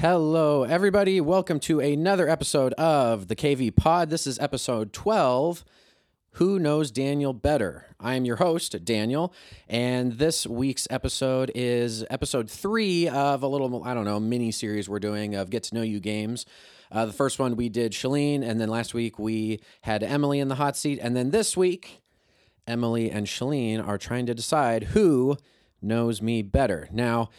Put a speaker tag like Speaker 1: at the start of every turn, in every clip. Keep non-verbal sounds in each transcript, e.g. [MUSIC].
Speaker 1: Hello, everybody. Welcome to another episode of the KV Pod. This is episode 12 Who Knows Daniel Better? I am your host, Daniel, and this week's episode is episode three of a little, I don't know, mini series we're doing of Get to Know You games. Uh, the first one we did Shalene, and then last week we had Emily in the hot seat, and then this week Emily and Shalene are trying to decide who knows me better. Now,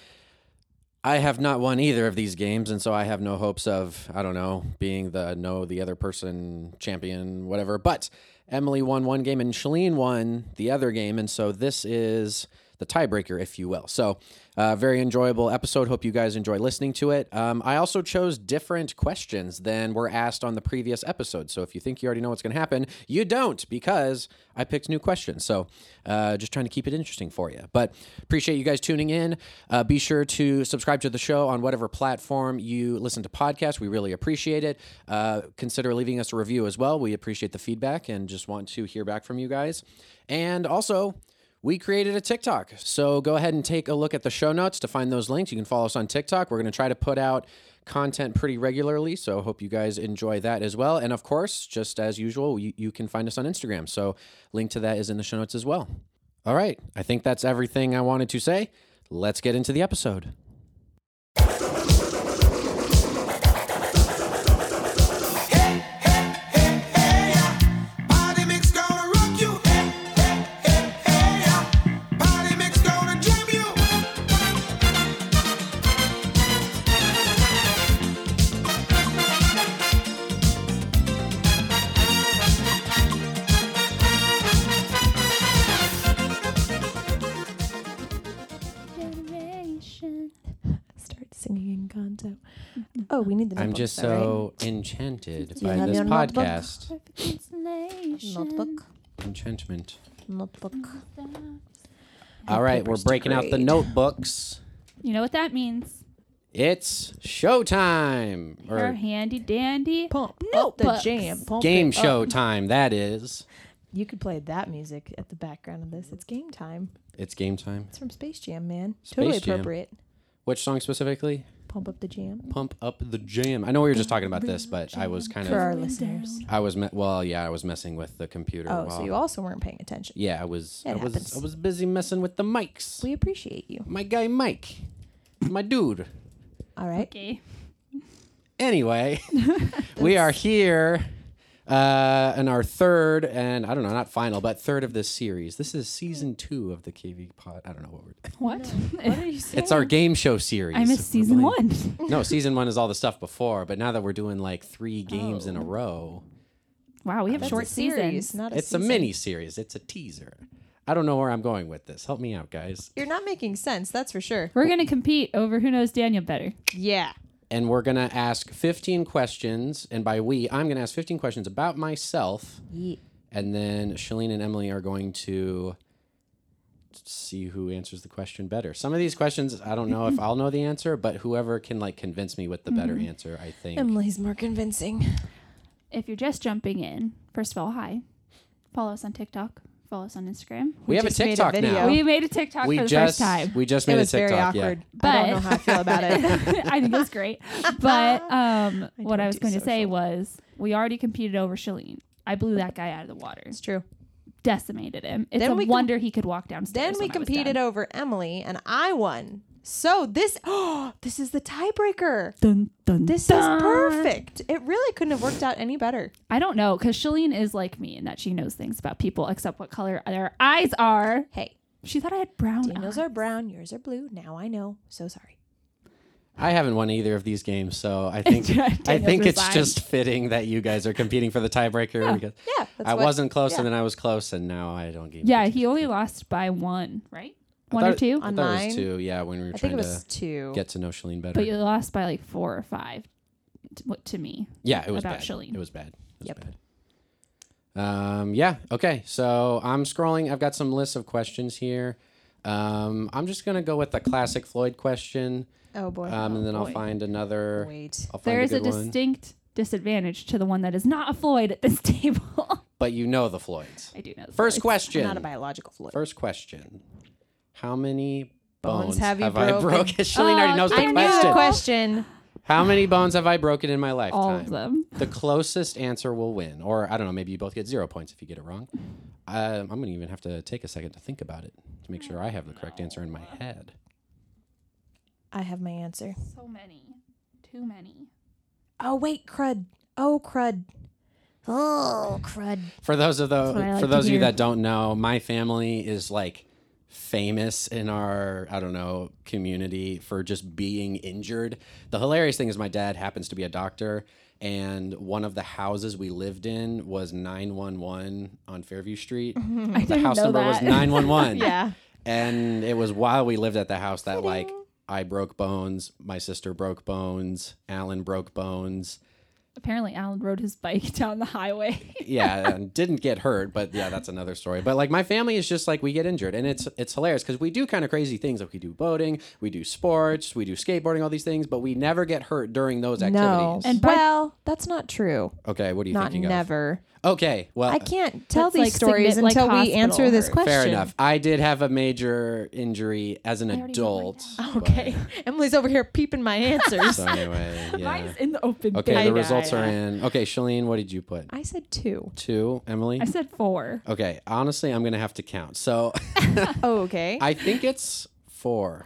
Speaker 1: I have not won either of these games, and so I have no hopes of, I don't know, being the no the other person champion, whatever. But Emily won one game and Shalene won the other game, and so this is the tiebreaker, if you will. So, uh, very enjoyable episode. Hope you guys enjoy listening to it. Um, I also chose different questions than were asked on the previous episode. So, if you think you already know what's going to happen, you don't because I picked new questions. So, uh, just trying to keep it interesting for you. But appreciate you guys tuning in. Uh, be sure to subscribe to the show on whatever platform you listen to podcasts. We really appreciate it. Uh, consider leaving us a review as well. We appreciate the feedback and just want to hear back from you guys. And also, we created a TikTok. So go ahead and take a look at the show notes to find those links. You can follow us on TikTok. We're going to try to put out content pretty regularly. So hope you guys enjoy that as well. And of course, just as usual, you, you can find us on Instagram. So link to that is in the show notes as well. All right. I think that's everything I wanted to say. Let's get into the episode.
Speaker 2: Body mix gonna rock you. Hey, hey, hey, hey, yeah. Body mix gonna jam you.
Speaker 3: generation. Start singing Encanto. Oh, we need the
Speaker 1: I'm
Speaker 3: notebook,
Speaker 1: just
Speaker 3: sorry.
Speaker 1: so enchanted
Speaker 3: Do you
Speaker 1: by
Speaker 3: have
Speaker 1: this
Speaker 3: your notebook?
Speaker 1: podcast.
Speaker 3: notebook,
Speaker 1: Enchantment.
Speaker 3: notebook.
Speaker 4: Mm.
Speaker 1: All right, we're
Speaker 3: papers to
Speaker 1: breaking out the
Speaker 3: grade.
Speaker 1: notebooks.
Speaker 5: You know what that means?
Speaker 1: It's showtime
Speaker 5: Your
Speaker 1: or
Speaker 5: handy dandy
Speaker 4: Pump up the
Speaker 5: notebooks.
Speaker 4: jam. Pump
Speaker 1: game
Speaker 4: it
Speaker 1: show
Speaker 4: up.
Speaker 1: time. That is,
Speaker 4: You could play that music at the background of this. It's game time.
Speaker 1: it's game time.
Speaker 4: It's from Space Jam, man.
Speaker 1: Space
Speaker 4: totally
Speaker 1: Jam.
Speaker 4: appropriate.
Speaker 1: Which song specifically?
Speaker 4: Pump up the jam
Speaker 1: Pump up the jam. I know we were just talking about this, but I was kind
Speaker 4: for
Speaker 1: of
Speaker 4: our listeners.
Speaker 1: I was me- well, yeah, I was messing with the computer.
Speaker 4: Oh,
Speaker 1: while-
Speaker 4: so you also weren't paying attention.
Speaker 1: yeah, I was
Speaker 4: It
Speaker 1: I was
Speaker 4: happens.
Speaker 1: I was busy messing with the mics.
Speaker 4: We appreciate you.
Speaker 1: My guy Mike, my dude.
Speaker 4: All right.
Speaker 5: Okay. [LAUGHS]
Speaker 1: Anyway, we are here uh, in our third and I don't know, not final, but third of this series. This is season two of the KV Pod. I don't know what we're.
Speaker 5: [LAUGHS] What?
Speaker 4: What are you saying?
Speaker 1: It's our game show series.
Speaker 5: I missed season
Speaker 1: We're
Speaker 5: one.
Speaker 1: playing- No, season one is all the stuff before, but now that we're doing like three
Speaker 5: Oh.
Speaker 1: games in a row,
Speaker 5: Wow, we have
Speaker 4: That's a
Speaker 5: short
Speaker 4: series,
Speaker 5: seasons.
Speaker 4: not a
Speaker 1: it's a
Speaker 4: season.
Speaker 1: mini series. It's a teaser. I don't know where I'm going with this. Help me out, guys.
Speaker 4: You're not making sense. That's for sure.
Speaker 5: We're gonna compete over who knows Daniel better.
Speaker 4: Yeah.
Speaker 1: And we're gonna ask 15 questions, and by we, I'm gonna ask 15 questions about myself,
Speaker 4: Yeah.
Speaker 1: and then Shalene and Emily are going to see who answers the question better. Some of these questions, I don't
Speaker 4: [LAUGHS]
Speaker 1: know if I'll know the answer, but whoever can like convince me with the better
Speaker 4: Mm-hmm.
Speaker 1: answer, I think.
Speaker 4: Emily's more convincing.
Speaker 5: If you're just jumping in, first of all, hi. Follow us on TikTok. Follow us on Instagram.
Speaker 1: we, have a
Speaker 4: just made a
Speaker 1: TikTok now.
Speaker 4: video.
Speaker 5: We made a TikTok
Speaker 1: we
Speaker 5: for the
Speaker 1: just
Speaker 5: first time.
Speaker 1: we just made
Speaker 4: It was
Speaker 1: a
Speaker 4: very
Speaker 1: TikTok.
Speaker 4: awkward.
Speaker 5: yeah.
Speaker 4: I don't know
Speaker 5: But-
Speaker 4: how I feel about
Speaker 5: [LAUGHS]
Speaker 4: it.
Speaker 5: I think that's great.
Speaker 4: [LAUGHS]
Speaker 5: But um, what
Speaker 4: don't
Speaker 5: I was
Speaker 4: do
Speaker 5: going to say
Speaker 4: social.
Speaker 5: was we already competed over Shalene. I blew that guy out of the water.
Speaker 4: It's true.
Speaker 5: Decimated him. It's
Speaker 4: Then
Speaker 5: a
Speaker 4: we com-
Speaker 5: wonder he could walk downstairs.
Speaker 4: Then we
Speaker 5: when I was
Speaker 4: competed
Speaker 5: done.
Speaker 4: over Emily, and I won. So this, [GASPS] oh, this is the tiebreaker.
Speaker 5: Dun, dun,
Speaker 4: This
Speaker 5: dun.
Speaker 4: is perfect. It really couldn't have worked out any better.
Speaker 5: I don't know because Shalene is like me in that she knows things about people except what color their eyes are.
Speaker 4: Hey,
Speaker 5: She thought I had brown
Speaker 4: Daniels
Speaker 5: eyes.
Speaker 4: are brown, yours are blue. Now I know. So sorry.
Speaker 1: I haven't won either of these games, so
Speaker 4: [LAUGHS]
Speaker 1: I think I
Speaker 5: [LAUGHS] Daniel's
Speaker 1: think it's
Speaker 5: resigned.
Speaker 1: just fitting that you guys are competing for the tiebreaker. because
Speaker 4: Yeah, that's
Speaker 1: I
Speaker 4: what-
Speaker 1: wasn't close,
Speaker 4: yeah.
Speaker 1: and then I was close, and now I don't give.
Speaker 5: yeah,
Speaker 1: a-
Speaker 5: he only lost by one, right?
Speaker 1: I
Speaker 5: One or
Speaker 1: thought-
Speaker 5: two,
Speaker 1: I
Speaker 4: On
Speaker 1: thought it was
Speaker 4: mine?
Speaker 1: two. Yeah, when we were
Speaker 4: I think
Speaker 1: trying
Speaker 4: it was
Speaker 1: to
Speaker 4: two.
Speaker 1: get to know Shalene better.
Speaker 5: but you lost by like four or five. t- what- To me,
Speaker 1: yeah, it was
Speaker 5: about
Speaker 1: bad.
Speaker 5: Shalene.
Speaker 1: It was bad. It was
Speaker 4: Yep.
Speaker 1: bad. Um, yeah. Okay. So I'm scrolling. I've got some lists of questions here. Um, I'm just gonna go with the classic Floyd question,
Speaker 4: oh boy.
Speaker 1: um, and then I'll
Speaker 5: boy.
Speaker 1: find another.
Speaker 4: Wait.
Speaker 1: I'll find
Speaker 5: there is
Speaker 1: a
Speaker 5: a
Speaker 1: good one.
Speaker 5: distinct disadvantage to the one that is not a Floyd at this [LAUGHS] table.
Speaker 1: But you know the Floyds.
Speaker 5: I do know. the
Speaker 1: First
Speaker 5: Floyds.
Speaker 1: question.
Speaker 4: Not a biological fluid.
Speaker 1: First question: How many bones,
Speaker 4: Bones have you
Speaker 1: I
Speaker 4: broken?
Speaker 1: broken? [LAUGHS] Shalene already
Speaker 5: Oh,
Speaker 1: knows the
Speaker 5: I
Speaker 4: I
Speaker 5: knew
Speaker 4: knew the
Speaker 1: question.
Speaker 4: question.
Speaker 1: How many bones have I broken in my lifetime?
Speaker 5: All of them.
Speaker 1: The closest answer will win. Or I don't know, maybe you both get zero points if you get it wrong. Um, I'm going to even have to take a second to think about it to make sure I have the correct answer in my head.
Speaker 4: I have my answer.
Speaker 5: So many. Too many.
Speaker 4: Oh wait, crud. Oh crud. Oh crud.
Speaker 1: For those of the
Speaker 5: what I like
Speaker 1: for
Speaker 5: to
Speaker 1: those of you
Speaker 5: hear.
Speaker 1: that don't know, my family is like famous in our I don't know community for just being injured. The hilarious thing is my dad happens to be a doctor and one of the houses we lived in was 911 on Fairview
Speaker 5: [LAUGHS]
Speaker 1: Street.
Speaker 5: I didn't
Speaker 1: Mm-hmm. the house
Speaker 5: know
Speaker 1: number
Speaker 5: that. [LAUGHS]
Speaker 1: was 911.
Speaker 4: Yeah.
Speaker 1: And it was while we lived at the house that like I broke bones, my sister broke bones, Alan broke bones.
Speaker 5: Apparently, Alan rode his bike [LAUGHS] down the highway.
Speaker 4: [LAUGHS]
Speaker 1: yeah, and didn't get hurt, but yeah, that's another story. But like my family is just like we get injured, and it's it's hilarious because we do kind of crazy things. Like we do boating, we do sports, we do skateboarding, all these things, but we never get hurt during those
Speaker 4: [LAUGHS] No.
Speaker 1: activities.
Speaker 5: And by-
Speaker 4: well, that's not true.
Speaker 1: okay, what are you
Speaker 4: Not
Speaker 1: thinking
Speaker 4: never.
Speaker 1: of? Okay, well,
Speaker 4: I can't tell
Speaker 5: That's
Speaker 4: these
Speaker 5: like
Speaker 4: stories
Speaker 5: significant- like
Speaker 4: until we
Speaker 5: hospital
Speaker 4: answer this
Speaker 5: hurt.
Speaker 4: question.
Speaker 1: fair enough. I did have a major injury as an
Speaker 5: already know
Speaker 1: adult.
Speaker 4: Okay. [LAUGHS] Emily's over here peeping my
Speaker 1: but- [LAUGHS]
Speaker 4: answers.
Speaker 1: so
Speaker 4: [LAUGHS]
Speaker 1: anyway,
Speaker 5: Mine
Speaker 1: yeah.
Speaker 5: is in the open.
Speaker 1: Okay,
Speaker 5: babe.
Speaker 1: the results
Speaker 4: yeah.
Speaker 1: are in. Okay, Shalene, what did you put?
Speaker 4: I said two.
Speaker 1: Two, Emily.
Speaker 5: I said four.
Speaker 1: Okay, honestly, I'm gonna have to count. So
Speaker 4: [LAUGHS]
Speaker 1: [LAUGHS]
Speaker 4: Oh, okay.
Speaker 1: I think it's four.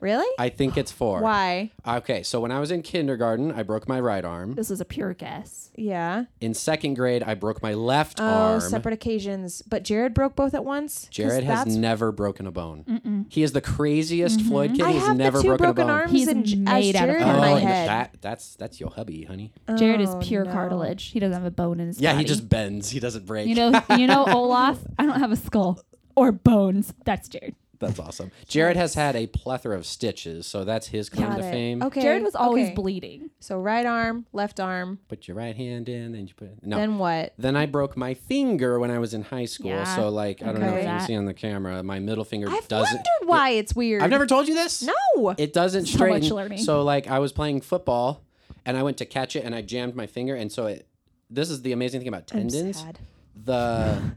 Speaker 4: really?
Speaker 1: I think it's
Speaker 4: [GASPS]
Speaker 1: four.
Speaker 4: Why?
Speaker 1: Okay, so when I was in kindergarten, I broke my right arm.
Speaker 5: This was a pure guess.
Speaker 4: Yeah.
Speaker 1: In second grade, I broke my left
Speaker 4: Oh,
Speaker 1: arm.
Speaker 4: separate occasions. But Jared broke both at once. 'Cause
Speaker 1: Jared has
Speaker 4: that's- Mm-hmm.
Speaker 1: never broken a bone. He is the craziest Floyd kid.
Speaker 4: I
Speaker 1: He's
Speaker 4: have
Speaker 1: never
Speaker 4: the two
Speaker 1: broken,
Speaker 4: broken
Speaker 1: a bone.
Speaker 4: arms
Speaker 5: He's
Speaker 4: and j- as
Speaker 5: made out of
Speaker 4: Jared
Speaker 1: oh,
Speaker 4: in my
Speaker 1: and
Speaker 4: head.
Speaker 1: that that's that's your hubby, honey.
Speaker 5: Jared is
Speaker 4: Oh,
Speaker 5: pure
Speaker 4: no.
Speaker 5: cartilage. He doesn't have a bone in his
Speaker 1: Yeah,
Speaker 5: body.
Speaker 1: he just bends. He doesn't break.
Speaker 5: You know,
Speaker 1: [LAUGHS]
Speaker 5: you know, Olaf. I don't have a skull or bones. That's Jared.
Speaker 1: that's awesome. Jared has had a plethora of stitches, so that's his claim
Speaker 4: Got
Speaker 1: to
Speaker 4: it.
Speaker 1: fame.
Speaker 4: Okay.
Speaker 5: Jared was always
Speaker 4: okay.
Speaker 5: bleeding.
Speaker 4: So right arm, left arm,
Speaker 1: Put your right hand in, and you put it. No.
Speaker 4: then what?
Speaker 1: Then I broke my finger when I was in high school.
Speaker 5: Yeah.
Speaker 1: So like I don't know
Speaker 4: Okay.
Speaker 1: if you can
Speaker 5: That-
Speaker 1: see on the camera, my middle finger
Speaker 4: I've
Speaker 1: doesn't.
Speaker 4: wondered why it's weird.
Speaker 1: I've never told you this.
Speaker 4: No.
Speaker 1: It doesn't
Speaker 5: much
Speaker 1: straighten.
Speaker 5: learning.
Speaker 1: So like I was playing football and I went to catch it and I jammed my finger and so it this is the amazing thing about tendons.
Speaker 4: sad.
Speaker 1: The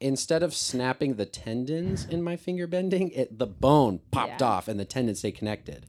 Speaker 1: instead of snapping the tendons in my finger bending, it the bone popped
Speaker 5: Yeah.
Speaker 1: off and the tendons stayed connected.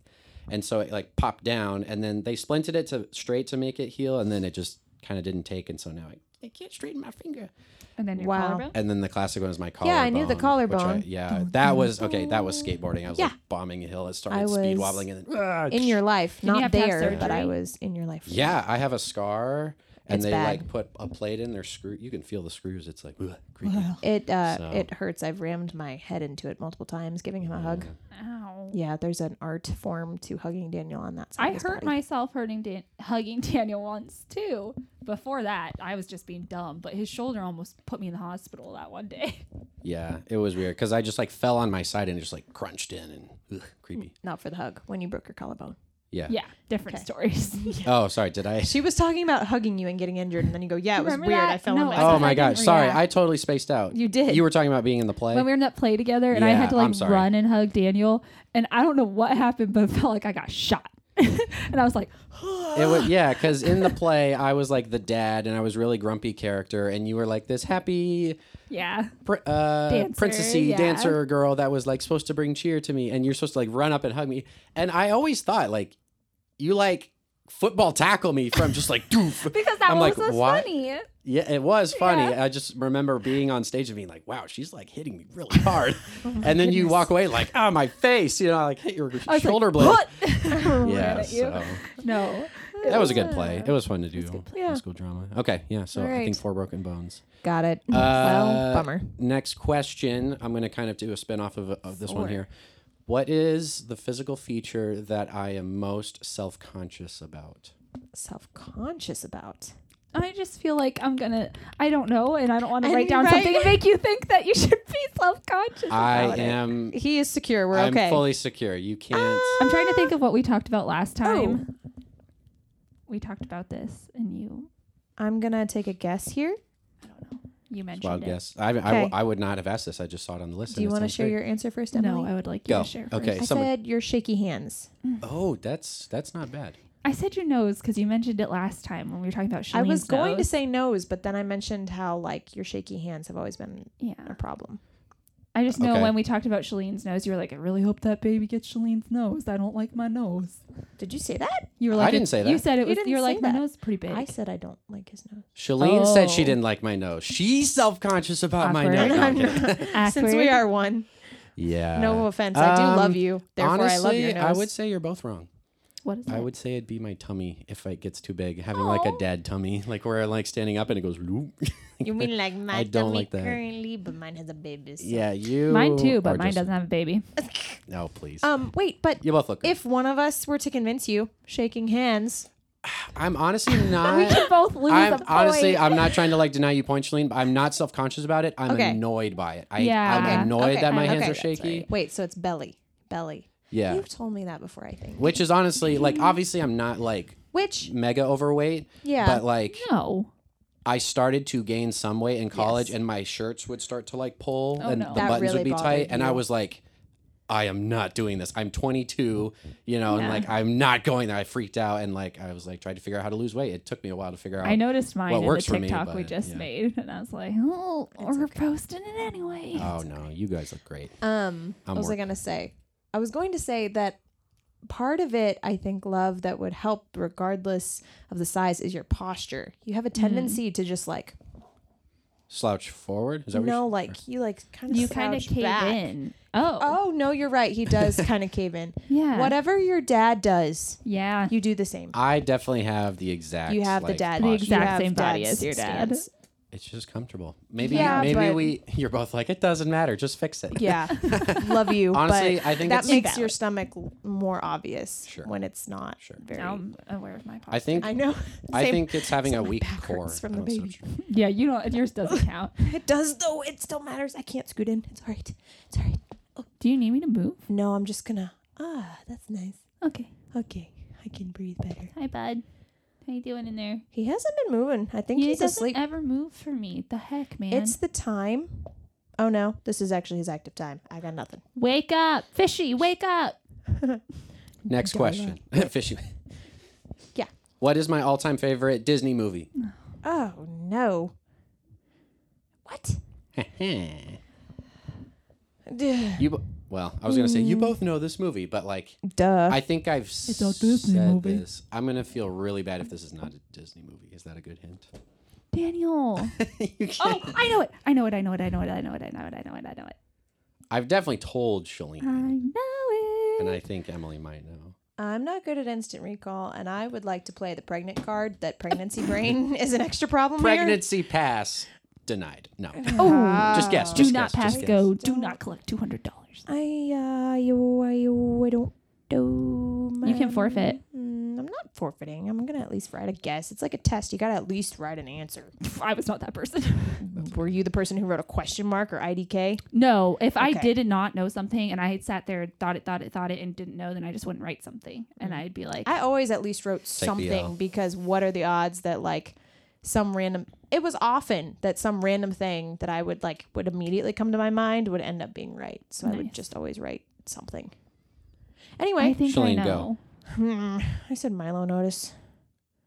Speaker 1: And so it like popped down and then they splinted it to straight to make it heal and then it just kind of didn't take and so now I, I can't straighten my finger.
Speaker 5: And then your
Speaker 4: Wow.
Speaker 5: collarbone.
Speaker 1: And then the classic one is my collarbone.
Speaker 4: Yeah, I knew the
Speaker 1: which I-
Speaker 4: collarbone.
Speaker 1: yeah, that was okay. That was skateboarding. I was like bombing a hill. It started
Speaker 4: I
Speaker 1: speed
Speaker 4: was
Speaker 1: wobbling and then ah,
Speaker 4: in your life,
Speaker 5: you
Speaker 4: not
Speaker 5: have to have
Speaker 4: there, but I
Speaker 5: surgery?
Speaker 4: was in your life.
Speaker 1: Yeah, I have a scar, and
Speaker 4: It's
Speaker 1: they
Speaker 4: bad.
Speaker 1: like put a plate in their screw. You can feel the screws. It's like ugh, creaky.
Speaker 4: It uh,
Speaker 1: So-
Speaker 4: it hurts. I've rammed my head into it multiple times, giving him a hug.
Speaker 5: Ow.
Speaker 4: Yeah, there's an art form to hugging Daniel on that side.
Speaker 5: I
Speaker 4: of his
Speaker 5: hurt
Speaker 4: body.
Speaker 5: myself hurting Dan- [LAUGHS] hugging Daniel once too. Before that, I was just being dumb, but his shoulder almost put me in the hospital that one day. [LAUGHS]
Speaker 1: Yeah, it was weird because I just like fell on my side and just like crunched in and ugh, creepy.
Speaker 4: Not for the hug when you broke your collarbone.
Speaker 1: Yeah.
Speaker 5: Yeah,
Speaker 1: [LAUGHS]
Speaker 5: different stories. [LAUGHS]
Speaker 1: Oh, sorry. Did I?
Speaker 4: She was talking about hugging you and getting injured, and then you go, "Yeah, it was
Speaker 5: Remember
Speaker 4: weird.
Speaker 5: that?
Speaker 4: I fell
Speaker 5: No,
Speaker 4: on my."
Speaker 5: I
Speaker 4: side."
Speaker 1: Oh
Speaker 5: thought
Speaker 1: my
Speaker 5: I didn't
Speaker 1: gosh. Sorry,
Speaker 5: react.
Speaker 1: I totally spaced out.
Speaker 4: You did.
Speaker 1: You were talking about being in the play.
Speaker 5: when we were in that play together, and I
Speaker 1: Yeah,
Speaker 5: had to
Speaker 1: I'm
Speaker 5: like
Speaker 1: sorry.
Speaker 5: run and hug Daniel, and I don't know what happened, but it felt like I got shot, [LAUGHS] and I was like,
Speaker 1: It
Speaker 5: [LAUGHS]
Speaker 1: was yeah, because in the play I was like the dad and I was really grumpy character, and you were like this happy
Speaker 5: yeah,
Speaker 1: pr- uh,
Speaker 5: Dancer,
Speaker 1: princessy
Speaker 5: yeah.
Speaker 1: dancer girl that was like supposed to bring cheer to me, and you're supposed to like run up and hug me. And I always thought like you like football tackle me from just like doof.
Speaker 5: because that
Speaker 1: I'm
Speaker 5: was
Speaker 1: like,
Speaker 5: so
Speaker 1: "What?"
Speaker 5: funny.
Speaker 1: Yeah, it was funny. I just remember being on stage and being like, "Wow, she's like hitting me really hard," and then you walk away like, "Ah, my face!" You know, like hit your
Speaker 5: I was
Speaker 1: shoulder
Speaker 5: like,
Speaker 1: blade.
Speaker 5: "What?" [LAUGHS]
Speaker 1: [LAUGHS] Yeah,
Speaker 5: at you.
Speaker 1: so
Speaker 5: No,
Speaker 1: that was a good play. It was fun to do
Speaker 4: Yeah.
Speaker 1: high school drama. Okay, yeah. So I think four broken bones.
Speaker 4: [LAUGHS] Got it.
Speaker 1: Uh,
Speaker 4: well, bummer.
Speaker 1: Next question. I'm going to kind of do a spin off of, of this one here. What is the physical feature that I am most self conscious about?
Speaker 4: Self-conscious about.
Speaker 5: I just feel like I'm gonna. I don't know, and I don't want to
Speaker 4: And
Speaker 5: write down
Speaker 4: right.
Speaker 5: something and make you think that you should be
Speaker 1: [LAUGHS]
Speaker 5: self-conscious.
Speaker 1: I
Speaker 5: about it.
Speaker 1: am.
Speaker 4: He is secure. We're
Speaker 1: I'm
Speaker 4: okay.
Speaker 1: fully secure. You can't.
Speaker 5: I'm trying to think of what we talked about last time. We talked about this, and you,
Speaker 4: I'm gonna take a guess here.
Speaker 5: you
Speaker 1: It's
Speaker 5: mentioned
Speaker 1: a wild
Speaker 5: it.
Speaker 1: guess. I, I w-
Speaker 4: Okay.
Speaker 1: I would not have asked this. I just saw it on the list.
Speaker 4: Do you
Speaker 1: want to
Speaker 4: share your answer first, Emily?
Speaker 5: No, I would like you
Speaker 1: Go.
Speaker 5: to share.
Speaker 1: Okay.
Speaker 4: I
Speaker 1: Someone.
Speaker 4: said your shaky hands.
Speaker 1: oh, that's that's not bad.
Speaker 5: I said your nose because you mentioned it last time when we were talking about. Shalene's
Speaker 4: I was going to
Speaker 5: nose.
Speaker 4: say nose, but then I mentioned how like your shaky hands have always been
Speaker 5: Yeah.
Speaker 4: a problem.
Speaker 5: I just know
Speaker 1: Okay.
Speaker 5: when we talked about Shalene's nose, you were like, I really hope that baby gets Shalene's nose. I don't like my nose.
Speaker 4: Did you say that?
Speaker 5: You were
Speaker 1: I
Speaker 5: like,
Speaker 1: didn't say
Speaker 5: You
Speaker 1: that.
Speaker 5: said it
Speaker 4: You
Speaker 5: was. You,
Speaker 4: didn't
Speaker 5: were
Speaker 4: say
Speaker 5: like, my
Speaker 4: that.
Speaker 5: nose is pretty big.
Speaker 4: I said I don't like his nose.
Speaker 1: Shalene said she
Speaker 5: Oh.
Speaker 1: didn't like my nose. She's self conscious about my
Speaker 5: Awkward.
Speaker 1: nose. No, I'm
Speaker 4: [LAUGHS] I'm
Speaker 1: kidding.
Speaker 4: not- Since
Speaker 5: Awkward.
Speaker 4: we are one,
Speaker 1: [LAUGHS] yeah.
Speaker 4: no offense. I do
Speaker 1: Uh, Um,
Speaker 4: love you. Therefore,
Speaker 1: honestly,
Speaker 4: I love your nose.
Speaker 1: I would say you're both wrong.
Speaker 5: what is that?
Speaker 1: I would say it'd be my tummy if it gets too big, having like a
Speaker 4: Oh.
Speaker 5: Aw.
Speaker 1: dad tummy, like where I like standing up and it goes. [LAUGHS] loop.
Speaker 4: You
Speaker 1: [LAUGHS]
Speaker 4: mean like my
Speaker 1: I don't like that.
Speaker 4: currently, but mine has a baby. so-
Speaker 1: [LAUGHS] yeah, you.
Speaker 5: mine too,
Speaker 1: are
Speaker 5: but mine
Speaker 1: just-
Speaker 5: doesn't have a baby.
Speaker 1: No, please.
Speaker 4: [LAUGHS] Um. Wait, but
Speaker 1: you both look. Good.
Speaker 4: if one of us were to convince you, shaking hands,
Speaker 1: I'm honestly
Speaker 4: [LAUGHS]
Speaker 1: not.
Speaker 5: we can [LAUGHS] both lose a
Speaker 1: I'm
Speaker 5: point.
Speaker 1: honestly, I'm not trying to like deny you points, Shalene, but I'm not self conscious about it. I'm
Speaker 4: Okay.
Speaker 1: annoyed by it. I,
Speaker 5: Yeah.
Speaker 1: I'm
Speaker 5: Okay.
Speaker 1: annoyed
Speaker 4: Okay.
Speaker 1: that my hands
Speaker 4: Okay.
Speaker 1: are shaky.
Speaker 4: wait. So it's belly, belly.
Speaker 1: Yeah.
Speaker 4: You've told me that before, I think.
Speaker 1: Which is honestly like, obviously, I'm not like
Speaker 4: Which,
Speaker 1: mega overweight.
Speaker 4: Yeah.
Speaker 1: But like,
Speaker 5: No.
Speaker 1: I started to gain some weight in college,
Speaker 4: Yes.
Speaker 1: and my shirts would start to like pull,
Speaker 5: Oh,
Speaker 1: and
Speaker 5: no.
Speaker 1: the
Speaker 4: That
Speaker 1: buttons would
Speaker 4: really
Speaker 1: be tight,
Speaker 4: bothered
Speaker 1: and I
Speaker 4: you.
Speaker 1: was like. I am not doing this. I'm 22, you know, and
Speaker 5: Yeah.
Speaker 1: like I'm not going there. I freaked out and like I was like trying to figure out how to lose weight. It took me a while to figure out.
Speaker 5: I noticed mine
Speaker 1: what
Speaker 5: in the
Speaker 1: works for me,
Speaker 5: TikTok we
Speaker 1: but,
Speaker 5: just
Speaker 1: yeah.
Speaker 5: made, and I was like, oh, we're posting it anyway.
Speaker 1: Oh no, you guys look great.
Speaker 4: um,
Speaker 1: I'm
Speaker 4: what was I
Speaker 1: working.
Speaker 4: gonna say? I was going to say that part of it, I think, love that would help, regardless of the size, is your posture. You have a tendency to just like
Speaker 1: Slouch forward. Is that what you're-
Speaker 4: no, like you like kind
Speaker 5: [LAUGHS]
Speaker 4: of
Speaker 5: You kind of cave in. Oh.
Speaker 4: Oh no, you're right. He
Speaker 1: [LAUGHS]
Speaker 4: does kind of cave in.
Speaker 5: Yeah.
Speaker 4: Whatever your dad does,
Speaker 5: Yeah.
Speaker 4: you do the same.
Speaker 1: I definitely have the exact.
Speaker 4: You have the
Speaker 1: like,
Speaker 4: dad.
Speaker 1: posture.
Speaker 5: The
Speaker 4: you
Speaker 5: exact
Speaker 4: have
Speaker 5: same body
Speaker 4: dad's
Speaker 5: as your dad. [LAUGHS]
Speaker 4: stance.
Speaker 1: It's just comfortable. Maybe
Speaker 4: Yeah,
Speaker 1: maybe
Speaker 4: but-
Speaker 1: we [LAUGHS] you're both like it doesn't matter. Just fix it.
Speaker 4: Yeah, love you.
Speaker 1: Honestly,
Speaker 4: but
Speaker 1: I think
Speaker 4: that
Speaker 1: it's-
Speaker 4: makes your stomach l- more obvious
Speaker 1: Sure.
Speaker 4: when it's not.
Speaker 1: Sure.
Speaker 4: Very.
Speaker 5: Now I'm aware of my posture.
Speaker 1: I
Speaker 5: [LAUGHS]
Speaker 1: think
Speaker 4: I
Speaker 1: I,
Speaker 4: know. Same.
Speaker 1: think it's having a
Speaker 4: my
Speaker 1: weak
Speaker 4: back
Speaker 1: core.
Speaker 4: hurts from the
Speaker 1: I'm so
Speaker 4: baby.
Speaker 1: sure.
Speaker 5: Yeah, you don't. Yours [LAUGHS] doesn't count.
Speaker 4: it does though. It still matters. I can't scoot in. It's all right. It's all right.
Speaker 5: Do you need me to move?
Speaker 4: No, I'm just gonna. Ah, that's nice.
Speaker 5: Okay.
Speaker 4: Okay, I can breathe better.
Speaker 5: Hi, bud. How you doing in there?
Speaker 4: He hasn't been moving. I think
Speaker 5: he
Speaker 4: he's
Speaker 5: doesn't
Speaker 4: asleep.
Speaker 5: ever move for me. The heck, man.
Speaker 4: It's the time. Oh no, this is actually his active time. I got nothing.
Speaker 5: wake up, fishy. Wake up.
Speaker 1: Next question. [LAUGHS] Fishy.
Speaker 4: Yeah.
Speaker 1: What is my all-time favorite Disney movie? [LAUGHS]
Speaker 4: Oh no. What? [SIGHS] Duh.
Speaker 1: You bo- well, I was gonna say
Speaker 4: Mm.
Speaker 1: you both know this movie, but like I think I've it's
Speaker 5: a Disney
Speaker 1: said
Speaker 5: movie.
Speaker 1: this. I'm gonna feel really bad if this is not a Disney movie. Is that a good hint?
Speaker 5: Daniel.
Speaker 1: [LAUGHS] You can't-
Speaker 5: oh, I know it. I know it. I know it. I know it. I know it. I know it. I
Speaker 1: [LAUGHS]
Speaker 5: know it. I know it.
Speaker 1: I've definitely told Shalene,
Speaker 5: I know it.
Speaker 1: and I think Emily might know.
Speaker 4: I'm not good at instant recall, and I would like to play the pregnant card. That pregnancy brain [LAUGHS] is an extra problem here.
Speaker 1: Pregnancy pass denied. No.
Speaker 5: Oh.
Speaker 1: Just guess.
Speaker 5: Do
Speaker 1: just guess,
Speaker 5: not
Speaker 1: just
Speaker 5: pass
Speaker 1: guess.
Speaker 5: go. Do not collect two hundred dollars.
Speaker 4: I uh, you, I, you, I don't do. My,
Speaker 5: You can forfeit.
Speaker 4: Mm, I'm not forfeiting. I'm gonna at least write a guess. It's like a test. You gotta at least write an answer.
Speaker 5: [LAUGHS] I was not that person.
Speaker 4: Were you the person who wrote a question mark or IDK?
Speaker 5: No, if I
Speaker 4: Okay.
Speaker 5: did not know something and I had sat there and thought it, thought it, thought it, and didn't know, then I just wouldn't write something, and I'd be like,
Speaker 4: I always at least wrote
Speaker 1: the L.
Speaker 4: something because what are the odds that like some random it was often that some random thing that I would like would immediately come to my mind would end up being right. So I would
Speaker 5: Nice.
Speaker 4: just always write something.
Speaker 5: I
Speaker 4: Anyway,
Speaker 5: think I
Speaker 1: Shalane, go.
Speaker 5: know.
Speaker 4: hmm, I said Milo notice.